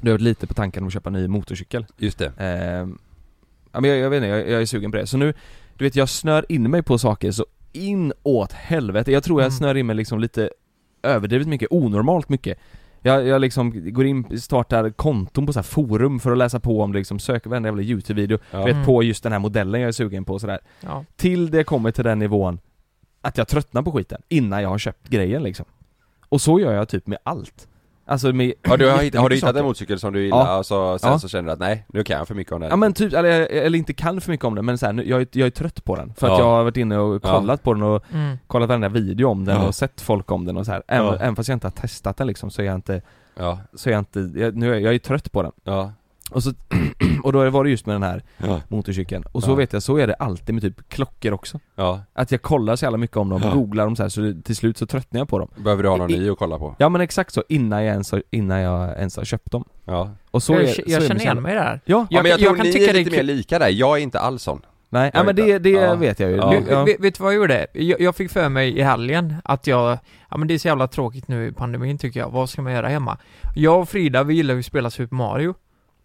S1: du har varit lite på tanken om att köpa en ny motorcykel.
S4: just det
S1: Ehm, ja, men jag, jag vet inte, jag, jag är sugen på det. Så nu, du vet jag snör in mig på saker så in åt helvete. Jag tror jag
S2: Mm.
S1: snör in mig liksom lite överdrivet mycket, onormalt mycket. Jag, jag liksom går in, startar konton på så här forum för att läsa på om det liksom, söker varenda jävla youtube-video,
S4: Ja.
S1: du vet
S2: Mm.
S1: på just den här modellen jag är sugen på och sådär.
S2: Ja.
S1: Till det kommer till den nivån att jag tröttnar på skiten innan jag har köpt grejen liksom. Och så gör jag typ med allt. Alltså med
S4: Ja, du har, hitt- har
S1: jättemycket
S4: du hittat
S1: saker.
S4: en motorcykel som du gillar
S1: Ja.
S4: och så, sen
S1: Ja.
S4: så känner du att nej, nu kan jag för mycket om det här.
S1: Ja men typ, eller, eller inte kan för mycket om den men så här, nu- jag, är- jag är trött på den. För att
S4: Ja.
S1: jag har varit inne och kollat på den och
S2: Mm.
S1: kollat varenda video om den
S4: Ja.
S1: och sett folk om den och så här. Även,
S4: Ja.
S1: även fast jag inte har testat den liksom så är jag inte,
S4: ja,
S1: så är jag inte, jag, nu är, jag- jag är trött på den.
S4: ja,
S1: Och så, och då var det just med den här
S4: ja,
S1: motorcykeln. Och så
S4: Ja.
S1: vet jag, så är det alltid med typ klockor också.
S4: ja.
S1: Att jag kollar så jävla mycket om dem,
S4: Ja.
S1: googlar dem så här så det, till slut så tröttnar jag på dem.
S4: Behöver du ha någon ny att kolla på?
S1: Ja men exakt så, innan jag ens har, innan jag ens har köpt dem.
S4: Ja.
S1: Och så
S2: jag
S1: är,
S2: jag
S1: så är det med
S2: känner igen
S1: såna-
S2: mig där.
S1: Ja,
S4: ja
S2: Jag-
S4: men jag,
S2: jag
S4: tror
S2: kan
S4: ni
S2: tycka
S4: är
S2: det är
S4: lite mer
S2: kul.
S4: lika där, jag är inte alls sån.
S1: nej, ja,
S4: Jag
S1: men
S4: vet
S1: det, det
S4: Ja.
S1: vet jag ju.
S4: Ja.
S1: Nu-
S2: Du,
S1: ja.
S2: vet, vet du vad jag gjorde? Jag, jag fick för mig i helgen att jag, ja men det är så jävla tråkigt nu i pandemin tycker jag, vad ska man göra hemma? Jag och Frida, vi gillar ju att spela Super Mario,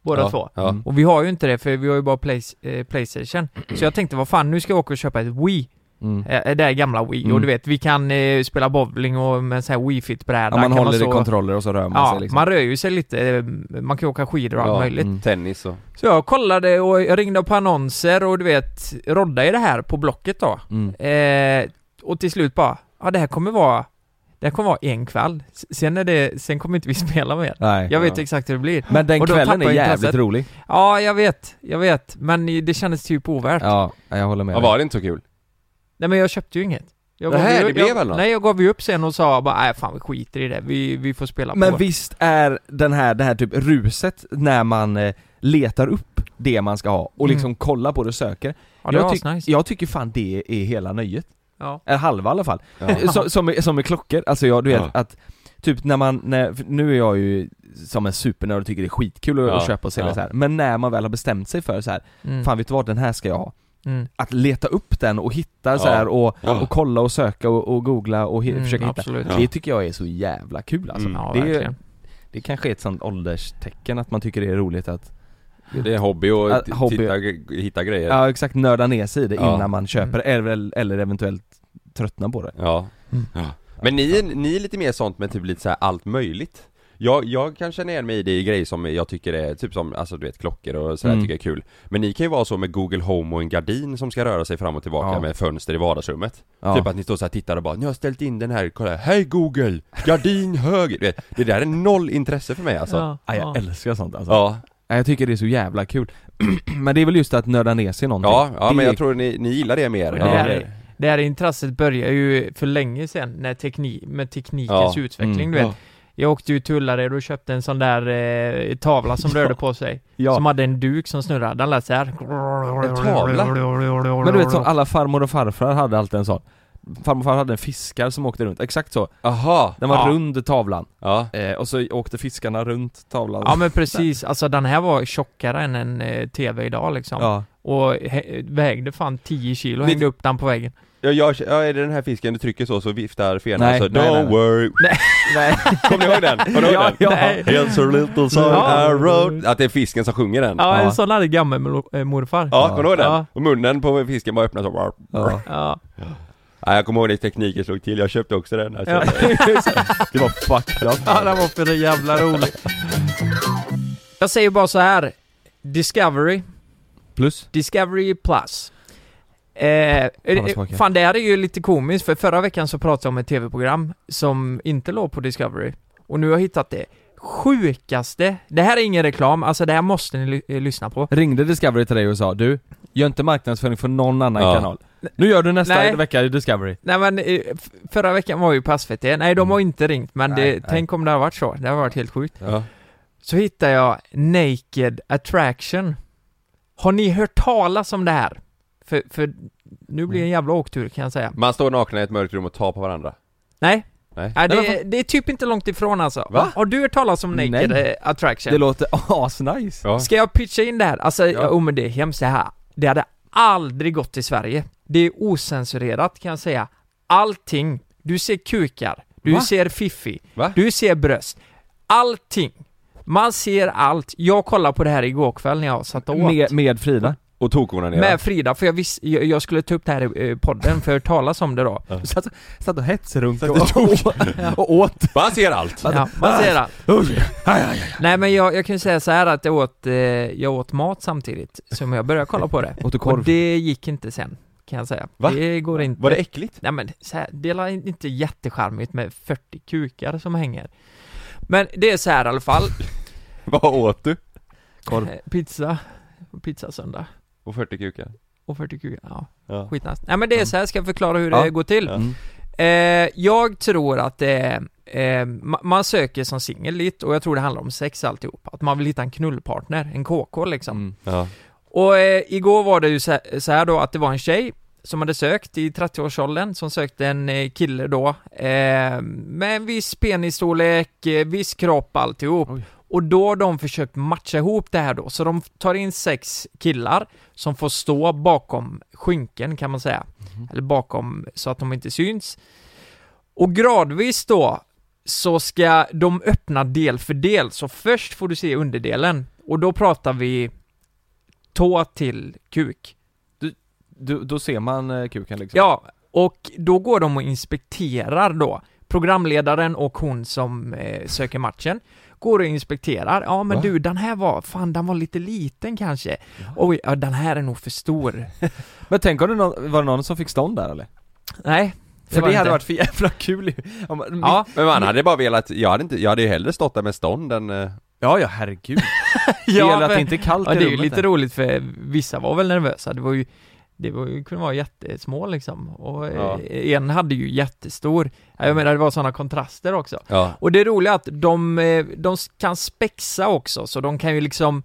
S2: båda
S4: ja,
S2: två.
S4: Ja.
S1: Mm.
S2: Och vi har ju inte det för vi har ju bara Plays- eh, Playstation. Så jag tänkte, vad fan, nu ska jag åka och köpa ett Wii.
S1: Mm.
S2: Eh, det här gamla Wii.
S1: Mm.
S2: Och du vet, vi kan eh, spela bowling och med en sån här Wii-fit-bräda.
S1: Ja, man
S2: kan
S1: håller
S2: så...
S1: i kontroller och så rör man
S2: Ja,
S1: sig liksom.
S2: man rör ju sig lite. eh, Man kan ju åka skidor och allt
S4: Ja.
S2: möjligt.
S1: Mm.
S4: Tennis och...
S2: Så jag kollade och jag ringde upp annonser och du vet, rodda i det här på Blocket då.
S1: Mm.
S2: Eh, och till slut bara, ja det här kommer vara det här kommer vara en kväll, S- sen, är det, sen kommer inte vi spela mer.
S1: Nej,
S2: jag vet
S1: ja.
S2: exakt hur det blir.
S1: Men den
S2: Och då
S1: kvällen
S2: tappar
S1: är
S2: jag
S1: jävligt
S2: intresset.
S1: rolig.
S2: Ja, jag vet, jag vet. Men det kändes typ ovärt.
S1: Ja, jag håller med
S4: Ja, var det inte så kul?
S2: Nej men jag köpte ju inget. Jag
S4: Nähä,
S2: gav ju-
S4: det blev
S2: jag,
S4: väl något?
S2: Nej, jag gav ju upp sen och sa bara, nej fan vi skiter i det, vi, vi får spela
S1: Men
S2: på.
S1: visst är den här, det här typ ruset när man eh, letar upp det man ska ha och
S2: Mm.
S1: liksom kollar på det och söker.
S2: Ja, det
S1: jag,
S2: var
S1: tyck-
S2: asnice.
S1: jag tycker fan det är hela nöjet.
S2: Ja.
S1: Eller halva i alla fall.
S2: Ja.
S1: Eh, Så, som, är- som är klockor, alltså jag, du vet
S4: Ja.
S1: att Typ när man, när, för nu är jag ju som en supernörd och tycker det är skitkul att,
S4: Ja.
S1: att köpa och sälja
S4: Ja.
S1: så här. Men när man väl har bestämt sig för så här,
S2: Mm.
S1: fan vet du vad, den här ska jag ha
S2: Mm.
S1: Att leta upp den och hitta så
S4: Ja.
S1: här och,
S4: Ja.
S1: och kolla och söka och, och googla och he-
S2: Mm,
S1: försöka hitta
S2: absolut.
S1: Det tycker jag är så jävla kul alltså
S4: Mm.
S2: Ja,
S1: det, är,
S2: verkligen.
S1: det kanske är ett sånt ålderstecken att man tycker det är roligt att
S4: Det är en hobby att
S1: Ja, hobby.
S4: Titta, g- hitta grejer Ja,
S1: Ja exakt, nörda ner sig i det
S4: Ja.
S1: innan man köper det,
S2: Mm.
S1: eller, eller eventuellt tröttna på det
S4: ja.
S1: Mm.
S4: Men ni, är- ni är lite mer sånt med typ lite så här allt möjligt jag, jag kan känna igen mig i det i grejer som jag tycker är typ som, alltså du vet klockor och sådär
S1: Mm.
S4: tycker jag är kul Men ni kan ju vara så med Google Home och en gardin som ska röra sig fram och tillbaka
S1: Ja.
S4: med fönster i vardagsrummet
S1: Ja.
S4: Typ att ni står så här och tittar och bara 'Nu har jag ställt in den här, kolla, hej Google! Gardin höger' Du vet, Det där är noll intresse för mig alltså Ja,
S1: Ja,
S2: Ja,
S1: jag
S2: ja.
S1: älskar sånt alltså
S4: ja,
S1: Ja, Jag tycker det är så jävla kul Men det är väl just att nörda ner sig i någonting
S4: ja,
S1: det
S4: men
S1: är-
S4: jag tror ni, ni gillar det mer
S2: Och
S4: än
S2: det,
S4: vad
S2: här,
S4: ni-
S2: är- det här intresset börjar ju för länge sedan när teknik, med teknikens
S4: Ja.
S2: utveckling
S1: Mm.
S2: du vet.
S4: Ja.
S2: Jag åkte ju till Ullared och köpte en sån där eh, tavla som rörde på sig.
S1: Ja.
S2: Som hade en duk som snurrade, den lät såhär.
S4: En tavla?
S1: Men du vet som alla farmor och farfar hade alltid en sån Farmor och farfar hade en fiskar som åkte runt, exakt så
S4: Aha!
S1: Den var
S2: Ja.
S1: rund tavlan,
S4: Ja,
S1: eh, och så åkte fiskarna runt tavlan
S2: Ja men precis, alltså den här var tjockare än en eh, TV idag liksom.
S1: Ja.
S2: Och he- vägde fan 10 kilo,
S4: Lite-
S2: hängde upp den på väggen.
S4: Ja, jag, ja, är det den här fisken du trycker så, så viftar fenan
S1: Nej,
S4: så
S1: nej,
S4: Don't
S1: nej, nej.
S4: worry
S1: Nej.
S4: Kommer ni ihåg den? Kommer ni ihåg
S1: Ja,
S4: den?
S1: ja.
S2: Nej.
S4: It's a little son
S2: Ja.
S4: I wrote Att det är fisken som sjunger den
S2: Ja,
S1: Ja.
S2: en sån hade gammelmorfar.
S4: Ja, kommer ni ihåg den?
S2: Ja.
S4: Och munnen på fisken bara öppnas och
S1: Ja.
S2: Ja.
S4: Nej, jag kommer ihåg det tekniken slog till, jag köpte också den alltså.
S2: Ja.
S1: Det var fucked up
S2: Ja, den var för jävla rolig. Jag säger bara så här. Discovery,
S1: Plus?
S2: Discovery Plus. Eh,
S1: vad smakar.
S2: fan det här är ju lite komiskt för förra veckan så pratade jag om ett tv-program som inte låg på Discovery och nu har jag hittat det sjukaste, det här är ingen reklam, alltså det här måste ni ly- eh, lyssna på.
S1: Ringde Discovery till dig och sa du, gör inte marknadsföring för någon annan
S4: Ja.
S1: kanal Nu gör du nästa
S2: Nej.
S1: vecka i Discovery
S2: Nej men eh, f- förra veckan var ju på SVT, nej de har inte ringt men
S1: Nej,
S2: det,
S1: nej.
S2: tänk om det har varit så, det har varit helt sjukt.
S4: Ja.
S2: Så hittar jag Naked Attraction. Har ni hört talas om det här? För, för nu blir det en jävla åktur kan jag säga.
S4: Man står nakna i ett mörkt rum och tar på varandra
S2: Nej,
S4: Nej?
S2: Nej, det, det är typ inte långt ifrån alltså.
S4: Va?
S2: Har du hört talas om Naked
S1: Nej.
S2: eh, Attraction?
S1: Det låter asnice!
S4: Ja.
S2: Ska jag pitcha in det här? Alltså, ja.
S4: Ja.
S2: oh, men det är hemskt det här. Det hade aldrig gått i Sverige. Det är osensurerat kan jag säga. Allting. Du ser kukar, du
S4: Va?
S2: ser fiffi,
S4: Va?
S2: du ser bröst. Allting. Man ser allt. Jag kollade på det här igår kväll när jag satt och åt.
S1: Med, med Frida
S4: Och tokorna ner
S2: Med Frida, för jag, visst, jag, jag skulle ta upp det här i eh, podden för jag hört talas om det då.
S1: Satt, satt och hetsrunkade och, och, och åt
S4: Man ser allt!
S2: Ja, man ser allt. Nej men jag, jag kan ju säga så här att jag åt, eh, jag åt mat samtidigt som jag började kolla på det.
S1: Åt du korv?
S2: Och det gick inte sen, kan jag säga.
S4: Va?
S2: Det går inte.
S4: Var det äckligt?
S2: Nej men så här, det är inte jättecharmigt med 40 kukar som hänger. Men det är så här i alla fall.
S4: Vad åt du?
S1: Korv.
S2: Eh, Pizza, pizza söndag
S4: Och 40 kukar
S2: och 40 kukar. Ja,
S4: Ja. Mm.
S2: skitnice. Nej men det är så här, ska jag förklara hur
S1: Ja.
S2: det går till?
S4: Ja.
S1: Mm.
S2: Eh, jag tror att det eh, ma- man söker som singel lite och jag tror det handlar om sex alltihop. Att man vill hitta en knullpartner, en KK liksom.
S1: Mm.
S4: Ja.
S2: Och eh, igår var det ju så här, så här då att det var en tjej som hade sökt i 30-årsåldern, som sökte en eh, kille då eh, med en viss penisstorlek, eh, viss kropp, alltihop.
S1: Oj.
S2: Och då har de försökt matcha ihop det här då, så de tar in sex killar som får stå bakom skynken kan man säga.
S1: Mhm.
S2: Eller bakom, så att de inte syns. Och gradvis då så ska de öppna del för del, så först får du se underdelen. Och då pratar vi tå till kuk.
S1: Du, då ser man eh, kuken liksom
S2: Ja, och då går de och inspekterar då. Programledaren och hon som eh, söker matchen går och inspekterar. Ja men
S4: Va?
S2: du, den här var, fan den var lite liten kanske. Oj, ja, den här är nog för stor.
S1: Men tänk om det nå- var det någon som fick stånd där eller?
S2: Nej,
S1: För det,
S2: var
S1: hade
S2: inte-
S1: varit för jävla kul ju. Om man-
S2: Ja,
S4: Men man hade bara velat, jag hade inte, jag hade ju hellre stått där med stånd än... eh,
S1: ja, ja herregud. Det
S2: ja,
S1: gäller att
S2: men-
S1: det inte är kallt
S2: ja,
S1: i
S2: det är ju
S1: rummet
S2: lite
S1: där.
S2: roligt för vissa var väl nervösa, det var ju det var, ju- kunde vara jättesmå liksom, och eh,
S4: Ja.
S2: en hade ju jättestor. Ja,
S1: Mm.
S2: Jag menar det var sådana kontraster också.
S4: Ja,
S2: Och det är roliga är att de, eh, de kan spexa också, så de kan ju liksom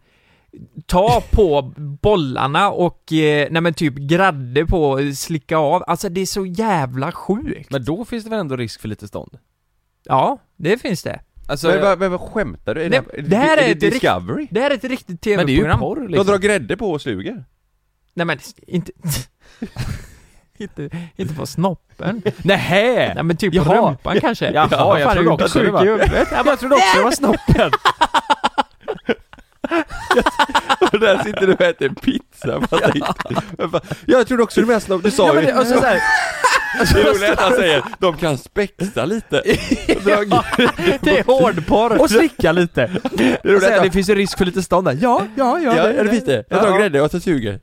S2: ta på bollarna och, eh, nej men typ gradde på, och slicka av. Alltså det är så jävla sjukt.
S1: Men då finns det väl ändå risk för lite stånd?
S2: Ja, det finns det.
S1: Alltså,
S4: men, vad- men vad skämtar du? Är
S2: Nej,
S4: det,
S2: det här är
S4: är
S2: ett
S4: det
S2: rikt-
S4: Discovery?
S2: Det här är ett riktigt
S1: men det är ju
S2: tv-program.
S1: porr
S4: De
S1: liksom.
S4: drar grädde på och suger?
S2: Nej men, inte... inte, inte på snoppen.
S1: Nähä!
S2: Nej men typ på
S1: Jaha.
S2: rumpan kanske.
S1: Jaha, jag
S2: fan, är
S1: trodde
S2: du
S1: också
S2: sjuk
S1: det var-
S2: i huvudet?
S1: Ja, men jag trodde också det var snoppen!
S4: Och där sitter du och äter pizza fast det inte- Men fan, Jag trodde också du menade snopp, du sa
S1: Ja,
S4: ju...
S1: men det, och så, så här,
S4: det är roligt att han säger, de kan spexa lite. ja.
S2: Det är hårdporr!
S1: och slicka lite! Det,
S4: roligt
S1: så här,
S4: att-
S1: det finns ju risk för lite stånd där. Ja, ja, ja.
S4: Ja,
S1: det-
S4: är det visst det? Jag drar
S1: Ja.
S4: grädde och så suger.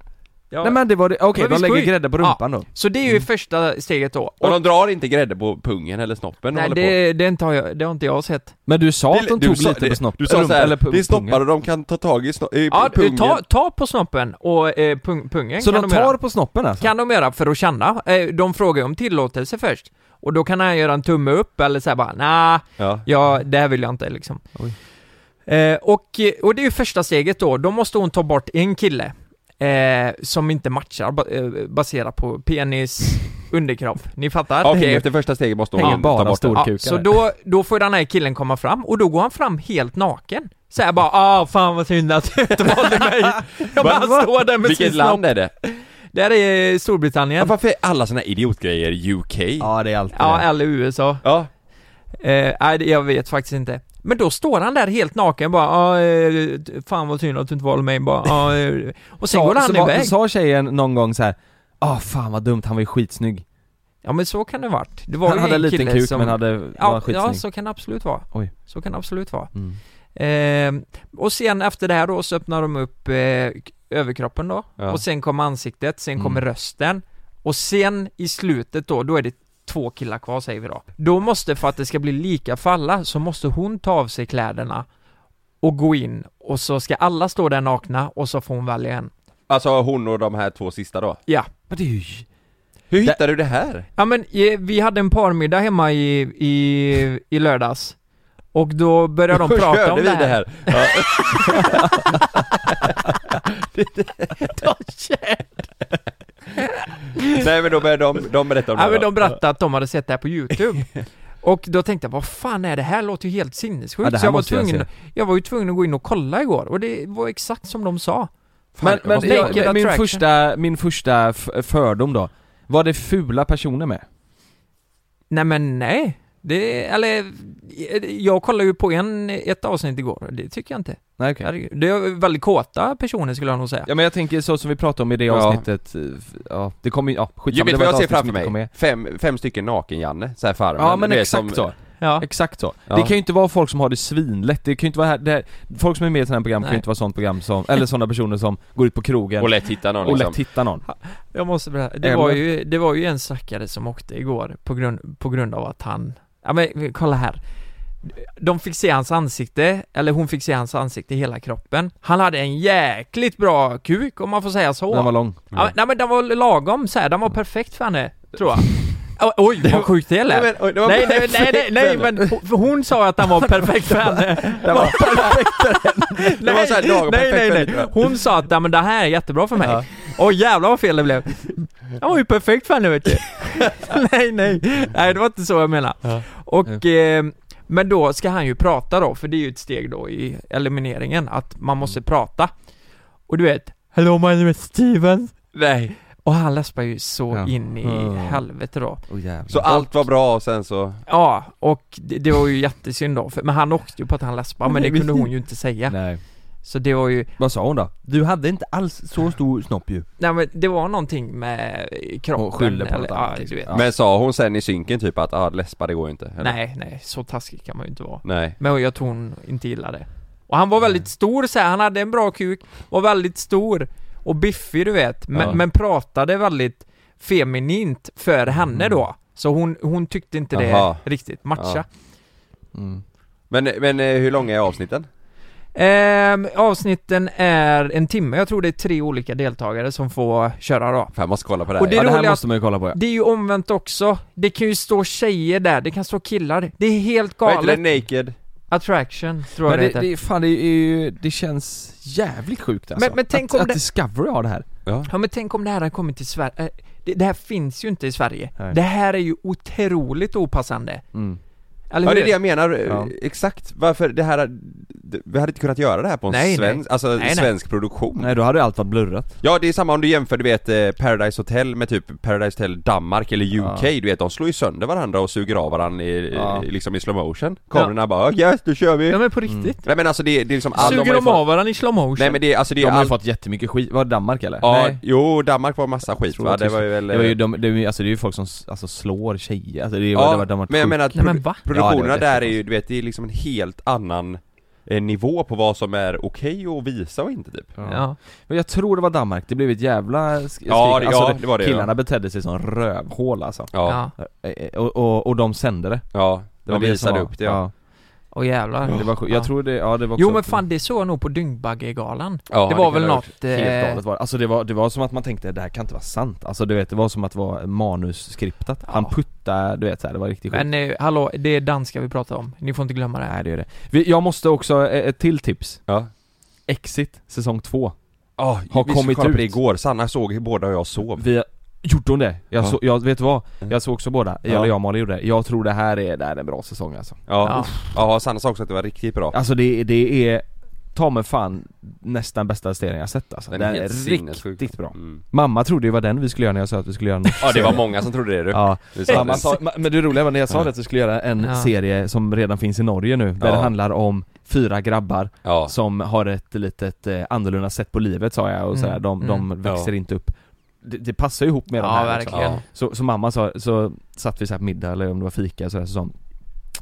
S2: Ja.
S1: Nej men det var det, okej
S2: Men vi
S1: de
S2: ska
S1: lägger
S2: ju-
S1: grädde på rumpan då. Mm.
S2: Så det är ju första steget då.
S4: Och de drar inte grädde på pungen eller snoppen och
S2: Nej
S4: håller på.
S2: det, det, inte har jag, det har inte jag sett.
S1: Men du sa att de
S4: du
S1: tog
S4: sa-
S1: lite
S4: det-
S1: på snoppen,
S4: Du sa såhär,
S1: pu-
S4: det är snoppar
S1: pungen.
S4: och de kan ta tag i, sno- i
S2: Ja,
S4: pungen.
S2: ta, ta på snoppen och eh, pung, pungen
S1: Så
S2: kan
S1: de
S2: göra.
S1: tar på snoppen alltså?
S2: Kan de göra för att känna. Eh, de frågar ju om tillåtelse först. Och då kan han göra en tumme upp eller säga bara nah,
S4: Ja.
S2: ja det här vill jag inte liksom. Eh, och, och det är ju första steget då, då måste hon ta bort en kille. Eh, som inte matchar ba- eh, baserat på penis, underkropp. Ni fattar?
S4: Okej,
S2: Det är-
S4: efter första steget måste hon
S1: Hänger
S4: ta
S1: bara
S4: bort
S1: stor-
S4: den.
S2: Ja,
S1: storkukar
S2: så
S1: där.
S2: då, då får den här killen komma fram och då går han fram helt naken. Såhär bara ah fan vad synd att du inte valde mig. Jag bara
S4: Va?
S2: står där med sin
S4: Vilket
S2: snopp.
S4: land är det?
S2: Där är
S4: Ja,
S2: Storbritannien.
S4: varför är alla såna här idiotgrejer UK?
S1: Ja det är alltid
S2: Ja,
S1: det.
S2: eller USA.
S4: Ja.
S2: Eh, nej, det- jag vet faktiskt inte. Men då står han där helt naken bara ah, eh, fan vad synd att du inte valde mig bara ah, eh. Och sen går
S1: så,
S2: han
S1: så, var-
S2: iväg.
S1: sa tjejen någon gång så här. Ah fan vad dumt, han var ju skitsnygg.
S2: Ja men så kan det varit. Det var
S1: Han
S2: ju
S1: hade en liten
S2: kille
S1: kuk
S2: som...
S1: men hade, var
S2: Ja,
S1: skitsnygg.
S2: ja, så kan det absolut vara.
S1: Oj.
S2: Så kan det absolut vara.
S1: Mm.
S2: Ehm, och sen efter det här då så öppnar de upp eh, k- överkroppen då.
S4: Ja.
S2: Och sen kommer ansiktet, sen
S1: Mm.
S2: kommer rösten. Och sen i slutet då, då är det två killar kvar säger vi då. Då måste, för att det ska bli lika för alla, så måste hon ta av sig kläderna och gå in. Och så ska alla stå där nakna och så får hon välja en.
S4: Alltså hon och de här två sista då.
S2: Ja.
S1: Men det är ju...
S4: Hur hittar du det här?
S2: Ja men eh, vi hade en parmiddag hemma i, i, i lördags. Och då började de
S4: Hur
S2: prata
S4: körde
S2: om
S4: vi
S2: det här.
S4: Ja.
S2: Ta käft.
S4: Nej men då började de, de berätta om
S2: Ja
S4: det
S2: men
S4: här,
S2: de
S4: va?
S2: berättade att de hade sett det här på youtube Och då tänkte jag, vad fan är det här? låter ju helt sinnessjukt.
S1: Ja, det här
S2: så jag var,
S1: måste jag
S2: tvungen, jag,
S1: se.
S2: var ju tvungen att gå in och kolla igår och det var exakt som de sa.
S1: Men, men
S2: måste-
S1: jag,
S2: Naked
S1: min,
S2: attraction.
S1: första, min första f- fördom då. Var det fula personer med?
S2: Nej men nej. Det, eller, jag kollade ju på en, ett avsnitt igår och det tycker jag inte.
S1: Nej okej.
S2: Herregud. Det är väldigt kåta personer skulle jag nog säga.
S1: Ja men jag tänker så som vi pratade om i det
S4: Ja.
S1: avsnittet, eh, f- ja det kommer ju, ja
S4: Jag
S1: skitsamma,
S4: vet
S1: det
S4: vad
S1: var
S4: jag
S1: ett
S4: ser
S1: avsnitt som
S4: framför
S1: inte kom med.
S4: mig? Fem, fem stycken naken-Janne, såhär farmen.
S1: Ja men
S4: Du vet,
S1: exakt
S4: som-
S1: så,
S2: Ja.
S1: exakt så.
S4: Ja.
S1: Det kan ju inte vara folk som har det svinlätt, det kan ju inte vara här, det här, folk som är med i sådana här program kan
S2: Nej.
S1: ju inte vara sånt program som, eller sådana personer som går ut på krogen
S4: Och lätt hitta någon
S1: och lätt
S4: liksom.
S1: hittar någon.
S2: Jag måste berätta, det
S1: Eller-
S2: var, ju, det var ju en stackare som åkte igår på grund, på grund av att han, ja men kolla här De fick se hans ansikte, eller hon fick se hans ansikte i hela kroppen Han hade en jäkligt bra kuk om man får säga så
S1: Den var lång.
S2: ja, men- Nej men den var lagom så här. den var perfekt för henne, tror jag O- Oj, vad sjukt det lät!
S4: Nej, men, oj, det var
S2: Nej, nej, nej,
S4: perfekt
S2: nej, nej,
S4: för henne.
S2: men hon- hon sa att den var perfekt för henne! Den var perfekt för henne!
S4: Det var så här lagom
S2: nej,
S4: perfekt
S2: nej,
S4: för
S2: nej,
S4: henne, tror jag.
S2: Hon sa att "Ja, men det här är jättebra för mig. Åh jävlar vad fel det blev. Han var ju perfekt för henne vet du. nej, nej. Nej, det var inte så jag menade. Och, eh, men då ska han ju prata då, för det är ju ett steg då i elimineringen, att man måste prata. Och du vet, Hello my name is Steven.
S4: Nej.
S2: Och han läspar ju så
S1: Ja.
S2: in i
S1: Mm.
S2: helvete då.
S4: Så allt var bra och sen så...
S2: Ja, och det, det var ju jättesynd då, för, men han åkte ju på att han läspar, men det kunde hon ju inte säga.
S1: Nej.
S2: Så det var ju,
S1: Vad sa hon då? Du hade inte alls så stor snopp ju.
S2: nej men det var någonting med eh, kroppen.
S1: Och skyller på
S2: eller,
S1: något
S2: ja,
S1: annat
S2: du
S1: liksom.
S2: vet.
S1: Ja.
S4: Men sa hon sen i synken typ att ah, läspar det går ju inte? eller?
S2: Nej, nej, så taskig kan man ju inte vara.
S4: Nej.
S2: Men jag tror hon inte gillade det. Och han var
S1: Mm.
S2: väldigt stor så här, han hade en bra kuk, var väldigt stor och biffig du vet, men,
S4: Ja.
S1: Mm.
S2: men pratade väldigt feminint för henne då. Så hon, hon tyckte inte det
S4: Aha.
S2: riktigt matcha.
S4: Men, men eh, hur långa är avsnitten?
S2: Ehm, avsnitten är en timme, jag tror det är tre olika deltagare som får köra då.
S4: Fan, jag måste kolla på det här.
S2: Och det,
S4: Ja, det här
S2: roliga är
S4: måste
S2: att-
S4: man ju kolla på, ja.
S2: Det är ju omvänt också, det kan ju stå tjejer där, det kan stå killar, det är helt
S4: Vad heter
S2: galet.
S4: det? Naked?
S2: Attraction tror
S1: Men
S2: jag det,
S1: det,
S2: heter.
S1: det, är- fan, det, är ju, det känns jävligt sjukt alltså.
S2: Men- men tänk
S1: att,
S2: om
S1: att
S2: det-
S1: Discovery har det här.
S2: Ja men tänk om det här hade kommit till Sverige, Eh, det, det här finns ju inte i Sverige. Det här är ju otroligt opassande.
S1: Mm.
S2: Eller
S4: ja
S2: hur?
S4: det är det jag menar, Eh,
S2: Ja.
S4: exakt varför det här, vi hade inte kunnat göra det här på en
S2: Nej, nej.
S4: svensk, alltså
S2: Nej, nej.
S4: svensk produktion
S1: Nej då hade allt varit blurrat.
S4: Ja det är samma om du jämför du vet eh, Paradise Hotel med typ Paradise Hotel Danmark eller UK,
S1: Ja.
S4: du vet de slår ju sönder varandra och suger av varandra i,
S1: Ja.
S4: i, liksom i slow motion Kamerorna bara 'Yes, då kör vi'
S2: Ja men på
S1: Mm.
S2: riktigt.
S4: Nej men alltså det, det är liksom all-
S2: Suger
S4: har ju
S2: de
S4: fått-
S2: av varandra i slow motion?
S4: Nej men det, är- alltså det
S1: De
S4: är
S1: har
S4: all...
S1: ju fått jättemycket skit, var det Danmark eller?
S4: Ja,
S1: Nej.
S4: jo Danmark var massa skit
S1: tror
S4: va?
S1: att
S4: Det var ju väl...
S1: Det var ju
S4: eh,
S1: de, det, är ju- alltså det är ju folk som s- alltså, slår tjejer, alltså det är ju
S4: ja,
S1: det var, de har varit
S4: men jag
S1: sjukt-
S4: menar att
S2: Nej,
S4: pro-
S2: men va?
S4: produktionerna
S1: Ja, det var
S4: där är ju, du vet, det är liksom en helt annan eh, nivå på vad som är okej att visa och inte typ
S2: Ja.
S1: Men jag tror det var Danmark, det blev ett jävla sk- skrik. Alltså,
S4: Ja, det- ja, det var det, ja.
S1: Killarna betedde sig som rövhål alltså
S4: Ja, ja,
S2: Ja.
S1: Eh, eh, och, och, och de sände det
S4: de
S1: det var som
S4: visade
S1: var-
S4: upp det ja. Oh.
S2: Och jävlar.
S1: Det var sjukt.
S2: Ja.
S1: jag tror det, ja det var också
S2: Jo men fan det såg jag nog på Dyngbaggegalan.
S4: Ja,
S2: det var
S4: det
S2: väl
S4: kan ha
S2: något...
S1: Helt
S2: Eh,
S1: galet var det. Alltså det var, det var som att man tänkte det här kan inte vara sant Alltså du vet, det var som att det var manusskriptat Han puttade, du vet så här, det var riktigt sjukt
S2: men eh, hallå, det är danska vi pratar om. Ni får inte glömma det.
S1: Nej det är det Vi- Jag måste också, eh, ett till tips
S4: Ja.
S1: Exit, säsong två
S4: Ja,
S1: Har
S4: vi skulle
S1: kommit
S4: kolla på
S1: ut.
S4: det igår, Sanna såg hur båda och jag sov
S1: Vi Gjorde hon det? Jag,
S4: Ja.
S1: så, jag vet du vad?
S4: Mm.
S1: Jag såg också båda,
S4: Ja.
S1: eller jag och Malin gjorde det. Jag tror det här är, det här är en bra säsong alltså
S2: Ja.
S4: Ja, ja Sanna sa också att det var riktigt bra
S1: Alltså det, det är, ta mig fan, nästan bästa serien jag sett alltså Den, är,
S4: helt
S1: riktigt
S4: sinnessjuk.
S1: bra
S4: Mm.
S1: Mamma trodde ju var den vi skulle göra när jag sa att vi skulle göra en
S4: Ja det var många som trodde det du
S1: Ja,
S4: Du sa
S1: mamma
S4: det.
S1: sa, ma- men det roliga var när jag sa det att vi skulle göra en
S2: Ja.
S1: serie som redan finns i Norge nu, där
S4: Ja.
S1: det handlar om fyra grabbar
S4: Ja,
S1: som har ett litet eh, annorlunda sätt på livet sa jag och
S2: Mm,
S1: sådär, de, de
S2: mm.
S1: växer
S4: Ja.
S1: inte upp det, det passar ju ihop med de
S2: Ja
S1: här
S2: verkligen.
S4: Ja.
S1: så, så mamma sa, så satt vi så här på middag eller om det var fika och sådär, så sa hon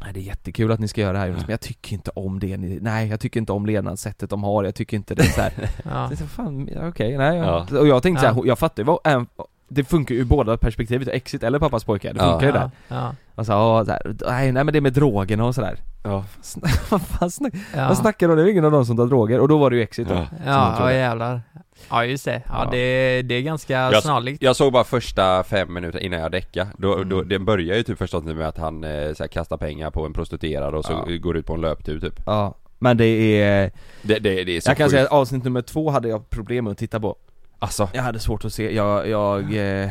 S1: Nej det är jättekul att ni ska göra det här Jonas, men jag tycker inte om det ni, Nej jag tycker inte om levnadssättet de har, jag tycker inte det är så här.
S2: Ja.
S1: Det är så, fan, ja, okej, nej jag-
S4: Ja.
S1: Och jag tänkte så
S2: Ja.
S1: här, jag fattar ju vad, äm, det funkar ju ur båda perspektivet, exit eller pappas pojkar, det
S4: Ja.
S1: funkar ju där
S2: Ja. Ja.
S1: Och så, ja, så här, nej, nej men det är med drogerna och sådär
S4: ja.
S1: Vad fan snack,
S2: Ja.
S1: vad snackar de om? Det är ju ingen av dem som tar droger, och då var det ju exit då
S4: Ja.
S1: jag
S2: Ja,
S1: tror
S2: ja
S1: det.
S2: jävlar. Ja just det. Ja,
S1: Ja.
S2: Det, det är ganska
S4: Jag,
S2: snarlikt.
S4: jag såg bara första fem minuter innan jag däckade då,
S1: Mm.
S4: då, Den börjar ju typ förstås med att han eh, så här, kastar pengar på en prostituerad och så
S1: Ja.
S4: går ut på en löptur typ
S1: Ja, men det är...
S4: Det, det, det är så
S1: Jag kan
S4: sjukt.
S1: säga att avsnitt nummer två hade jag problem med att titta på
S4: Alltså,
S1: Jag hade svårt att se, jag, jag... eh,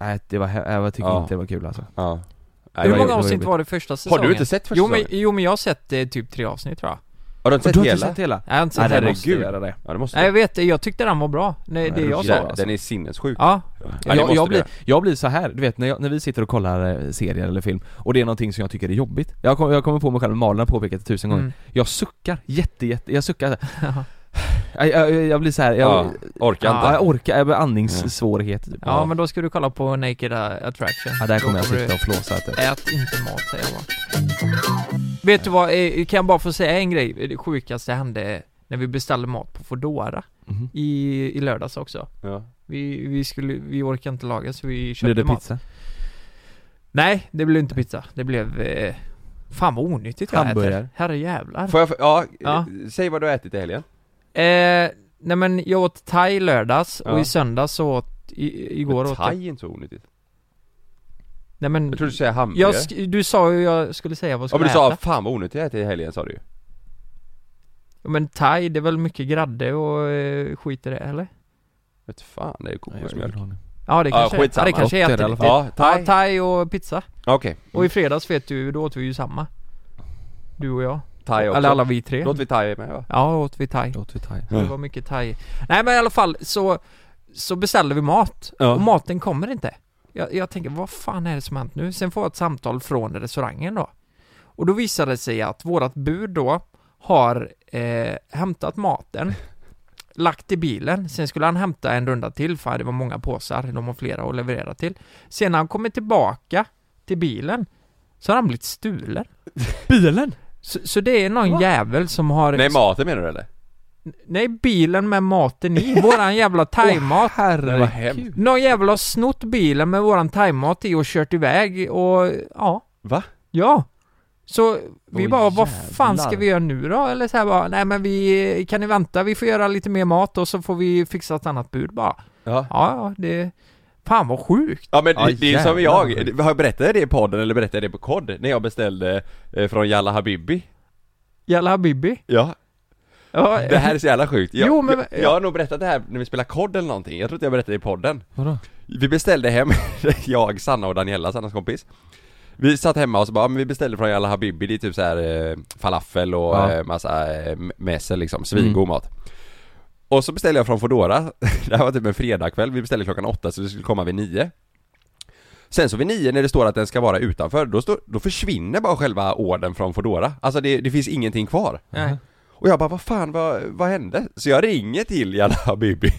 S1: Nej, det var, he- jag tycker
S4: Ja.
S1: inte det var kul alltså
S4: ja Nej,
S2: Hur
S4: det var-
S1: det
S2: många
S1: var
S2: avsnitt
S1: jobbigt.
S2: var det första säsongen?
S4: Har du inte sett första
S2: jo, men,
S4: säsongen?
S2: jo men jag har sett eh, typ tre avsnitt tror jag.
S4: Har du inte
S1: Och
S4: sett
S1: du har
S4: hela? Alltså,
S1: inte sett hela?
S2: Jag har inte
S1: Nej,
S2: sett
S1: det
S2: hela.
S1: måste
S4: herregud.
S1: du göra det
S4: Ja det måste
S2: Nej jag
S4: du
S2: vet, jag tyckte den var bra. Nej, det
S1: Nej,
S2: jag
S1: jag
S2: sa.
S1: vet.
S4: ja,
S1: alltså.
S4: Den är sinnessjuk
S2: Ja,
S4: det
S1: jag,
S4: måste
S1: jag,
S4: du
S1: blir,
S4: göra.
S1: jag blir så här, du vet när, jag, när vi sitter och kollar eh, serier eller film och det är någonting som jag tycker är jobbigt Jag, kom, jag kommer på mig själv, Malin har påpekat det tusen gånger
S2: Mm.
S1: Jag suckar jätte, jätte, jag suckar jag, jag, jag blir så här, jag,
S4: Ja, Orkar
S2: Ja,
S1: ja, jag
S4: inte
S1: orkar, jag blir andningssvårigheter typ.
S2: ja men då ska du kolla på Naked Attraction.
S1: ja, där kommer jag
S2: Då du-
S1: sitta och flåsa att det.
S2: Ät inte mat säger jag bara. Vet du vad, eh, kan jag bara få säga en grej? Det sjukaste hände när vi beställde mat på Foodora
S1: Mhm.
S2: i, i lördags också.
S4: ja.
S2: Vi, vi skulle, vi orkade inte laga så vi köpte
S1: Blir det
S2: mat.
S1: pizza?
S2: Nej, det blev inte pizza. Det blev, eh, fan vad onyttigt jag
S1: Hamburgare.
S2: äter. Herrejävlar.
S4: Får jag, ja,
S2: Ja.
S4: eh, säg vad du har ätit i helgen
S2: Eh, nej men jag åt thai lördags och
S4: Ja.
S2: i söndags så åt, i, igår åt jag-
S4: Thai är inte så onyttigt
S2: Nej men,
S4: Jag trodde du skulle säga hamburgare
S2: jag sk- du sa ju jag skulle säga vad jag
S4: Ja
S2: skulle
S4: men du sa
S2: äta.
S4: 'Fan vad onyttigt jag ätit i helgen' sa du ju
S2: Ja, men thai, det är väl mycket grädde och eh, skit i det eller?
S4: Vet fan, det är kokosmjölk
S2: Ja det
S4: Ja,
S2: kanske, ja,
S4: skitsamma.
S2: det kanske är
S1: Gott är det i
S2: jättenyttigt.
S1: alla
S4: fall. Ja, thai. Mm.
S2: Ja, thai och pizza.
S4: Okej,
S2: Och i fredags vet du, då åt vi ju samma. Du och jag.
S4: thai också
S2: Eller alla vi tre.
S4: Då åt vi thai med va?
S2: Ja, åt vi thai.
S1: Låt vi ta
S2: Det var mycket thai. Nej men i alla fall så, så beställde vi mat.
S4: Ja.
S2: Och maten kommer inte. Jag, jag tänker, vad fan är det som har hänt nu? Sen får jag ett samtal från restaurangen då. Och då visade det sig att vårat bud då har eh, hämtat maten, lagt i bilen, sen skulle han hämta en runda till för det var många påsar, de har flera att leverera till. Sen när han kommer tillbaka till bilen så har han blivit stulen.
S1: Bilen?
S2: Så, så det är någon jävel som har...
S4: Nej maten menar du eller?
S2: Nej, bilen med maten i. Våran jävla thaimat.
S1: Herregud. Vad hemskt.
S2: Någon jävel har snott bilen med våran thaimat i och kört iväg och ja.
S4: Va?
S2: Ja. Så vi
S1: Åh,
S2: bara, vad fan
S1: jävlar."
S2: ska vi göra nu då? Eller så här bara, nej men vi, kan ni vänta? Vi får göra lite mer mat och så får vi fixa ett annat bud bara.
S4: Ja.
S2: Ja, ja, det... Fan vad sjukt.
S4: Ja men det,
S1: Ja,
S4: det är som
S1: jävlar.
S4: jag, har jag berättat det i podden eller berättade jag det på kod? När jag beställde eh, från Jalla Habibi
S2: Jalla Habibi.
S4: Ja,
S2: Ja,
S4: det här är så jävla sjukt jag,
S2: Jo, men-
S4: jag, jag har nog berättat det här när vi spelade kod eller någonting, jag tror inte jag berättade det i podden
S1: Vadå?
S4: Vi beställde hem, jag, Sanna och Daniela, Sannas kompis Vi satt hemma och så bara, "Ja, men vi beställde från Jalla Habibi, det är typ så här eh, falafel och
S1: Ja.
S4: eh, massa eh, mässel liksom, svingod mat Och så beställde jag från Foodora. det här var typ en fredagkväll, vi beställde klockan åtta så det skulle komma vid nio Sen så vid nio när det står att den ska vara utanför, då, står, då försvinner bara själva orden från Foodora. Alltså det, det finns ingenting kvar
S2: Nej.
S4: och jag bara, vad fan, vad, vad hände? Så jag ringer till Jalla Habibi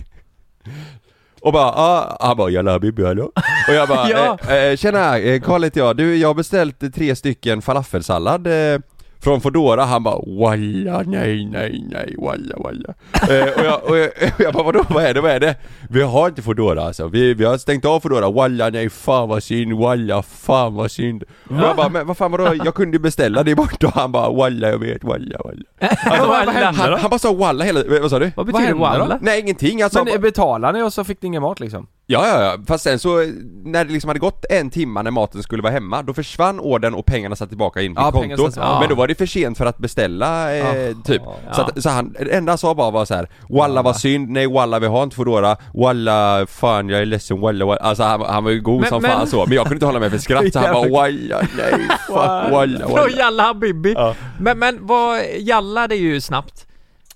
S4: Och bara, ah, han bara 'Jalla Habibi, hallå?' Och jag bara,
S2: Ja.
S4: eh, eh, 'Tjena, eh, Karl heter jag, du, jag har beställt tre stycken falafelsallad eh, från Foodora, han bara 'Walla, nej, nej, nej, walla, walla' eh, och, jag, och, jag, och jag bara 'Vadå, vad är det, vad är det?' Vi har inte Foodora alltså, vi, vi har stängt av Foodora, 'Walla, nej, fan vad synd, walla, fan vad synd' Och jag bara 'Men vad fan vadå, jag kunde ju beställa det är borta' och han bara 'Walla, jag vet, walla, walla' Alltså, vad, vad hände han, han bara sa walla hela vad sa du?
S2: Vad betyder
S1: hände då?
S2: walla?
S4: Nej ingenting, alltså,
S1: Men betalade ni och så fick ni ingen mat liksom?
S4: ja, ja ja, fast sen så när det liksom hade gått en timme när maten skulle vara hemma, då försvann orden och pengarna satt tillbaka in på
S1: Ja, pengarna
S4: kontot
S1: satt- ja.
S4: Men då var det för sent för att beställa eh, typ så, att, så han, det enda han sa bara var så här: Walla vad synd, nej walla vi har inte Foodora, walla fan jag är ledsen walla, walla. Alltså han, han var ju god
S2: Men-
S4: som
S2: men-
S4: fan så, men jag kunde inte hålla mig för skratt så han bara walla nej fuck walla
S2: Från
S4: walla
S2: Jalla Habibi. Men, men vad, Jalla det är ju snabbt.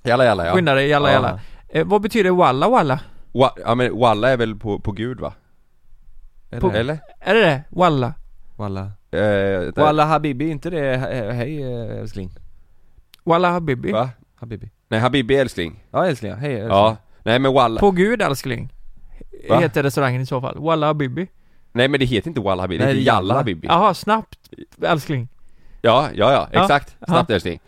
S4: Jalla jalla ja,
S2: Skynda dig, Jalla
S4: Ja.
S2: Jalla. Eh, vad betyder Walla Walla?
S4: Wa, ja men walla är väl på, på gud va?
S1: På-
S4: Eller?
S2: Är det det? Walla?
S1: Walla
S4: Eh,
S1: Walla Habibi, inte det, eh, hej eh, älskling?
S2: Walla Habibi?
S4: Va?
S1: Habibi
S4: Nej Habibi älskling.
S1: Ja älskling ja, hej älskling
S4: Ja. Nej men Walla.
S2: På gud älskling.
S4: Va?
S2: Heter restaurangen i så fall. Walla Habibi.
S4: Nej men det heter inte Walla Habibi, det
S1: Nej,
S4: heter
S1: det är
S4: Jalla
S1: Jalla.
S4: Habibi. Ja,
S2: Jaha, snabbt älskling.
S4: ja, ja,
S2: Ja.
S4: exakt. Snabbt älskling.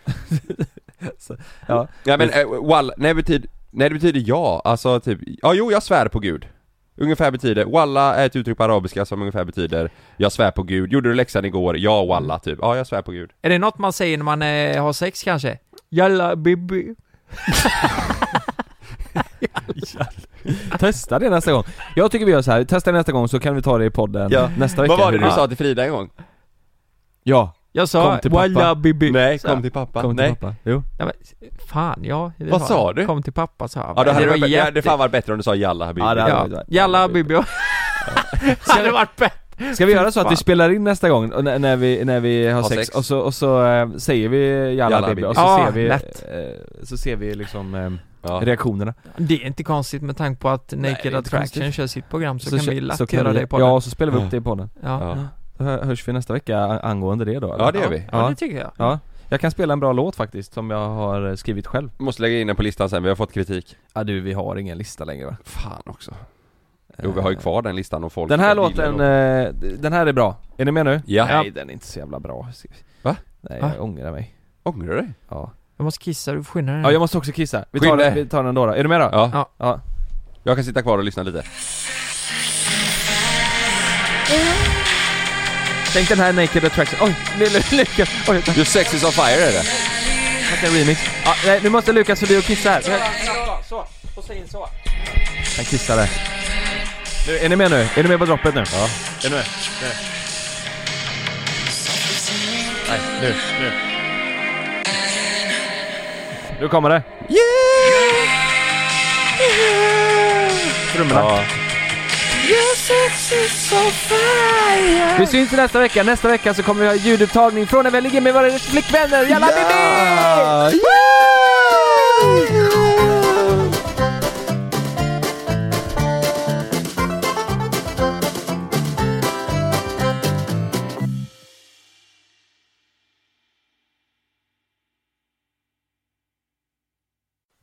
S1: ja.
S4: Ja men eh, Walla, nej betyder, nej det betyder ja, alltså typ, ja jo jag svär på gud. Ungefär betyder, Walla är ett uttryck på arabiska som ungefär betyder Jag svär på gud, gjorde du läxan igår? Ja Walla typ, ja jag svär på gud.
S2: Är det något man säger när man eh, har sex kanske? Jalla Bibi.
S1: Testa det nästa gång Jag tycker vi gör så här. testa det nästa gång så kan vi ta det i podden nästa vecka
S4: Vad var det
S1: hur
S4: du sa till Frida en gång?
S1: Ja,
S2: Jag sa
S1: Kom till pappa.
S2: Walla Bibi.
S4: Nej,
S2: Så.
S4: kom till pappa.
S1: kom till
S4: nej.
S1: pappa Jo
S2: Nej, men, fan ja. det
S4: Vad
S2: jag.
S4: sa du?
S2: Kom till pappa sa jag.
S4: Ja, då hade det,
S2: var
S4: varit, det hade
S2: jätte-
S4: fan varit bättre om du sa Jalla Habibi.
S1: Ja, det hade
S2: Ja.
S1: varit-
S2: Jalla Bibi. Det hade varit bättre.
S1: Ska vi göra så att
S2: fan.
S1: vi spelar in nästa gång och när, när, vi, när vi har
S4: Har
S1: sex,
S4: sex.
S1: och så, och så eh, säger vi jalla,
S4: Jalla,
S1: jalla
S4: baby.
S1: baby och så
S2: Ja,
S1: ser vi,
S2: lätt.
S1: eh, så ser vi liksom eh,
S4: Ja.
S1: reaktionerna
S2: Det är inte konstigt med tanke på att Naked
S1: inte
S2: Attraction
S1: konstigt.
S2: kör sitt program så, kan
S1: kö-
S2: vi lätt
S1: så kan
S2: göra
S1: vi-
S2: det på podden.
S1: Ja,
S2: Ja,
S1: och så spelar vi upp det i podden
S2: ja.
S4: Ja.
S1: Då hö- hörs vi nästa vecka a- angående det då eller?
S4: ja det gör vi.
S1: Ja.
S2: det tycker jag.
S1: Ja, jag kan spela en bra låt faktiskt som jag har eh, skrivit själv
S4: Måste lägga in den på listan sen, vi har fått kritik.
S1: Ja du, vi har ingen lista längre va? Eh,
S4: Fan också. Jo vi har ju kvar den listan och folk
S1: Den här
S4: gillar
S1: låten,
S4: dem.
S1: eh, den här är bra. Är ni med nu?
S4: Ja.
S1: Nej den är inte så jävla bra.
S4: Va? Mm.
S1: Nej
S2: Va?
S1: jag ångrar mig.
S4: Ångrar du dig?
S1: Ja.
S2: Jag måste kissa, du får skynda dig nu.
S1: ja, jag måste också kissa. Vi tar,
S4: Skynda
S1: den,
S4: er.
S1: vi tar den ändå då. Är du med då?
S4: Ja.
S2: Ja.
S1: ja.
S4: Jag kan sitta kvar och lyssna lite.
S1: Tänk den här Naked Attraction. Oj, nu, nu, Lukas. Oj,
S4: Your sex is on fire är det.
S1: tack en remix. Ja, nej, nu måste Lukas förbi och kissa här. Så, Och så in så. Han kissade. Nu, är ni med nu? Är ni med på droppet nu? Ja. Är ni med? Nu. Nej, nu, nu. Nu kommer det. Trummorna.
S4: Ja.
S1: Vi syns nästa vecka. Nästa vecka så kommer vi ha ljudupptagning från när vi ligger med våra flickvänner. Jalla bibi!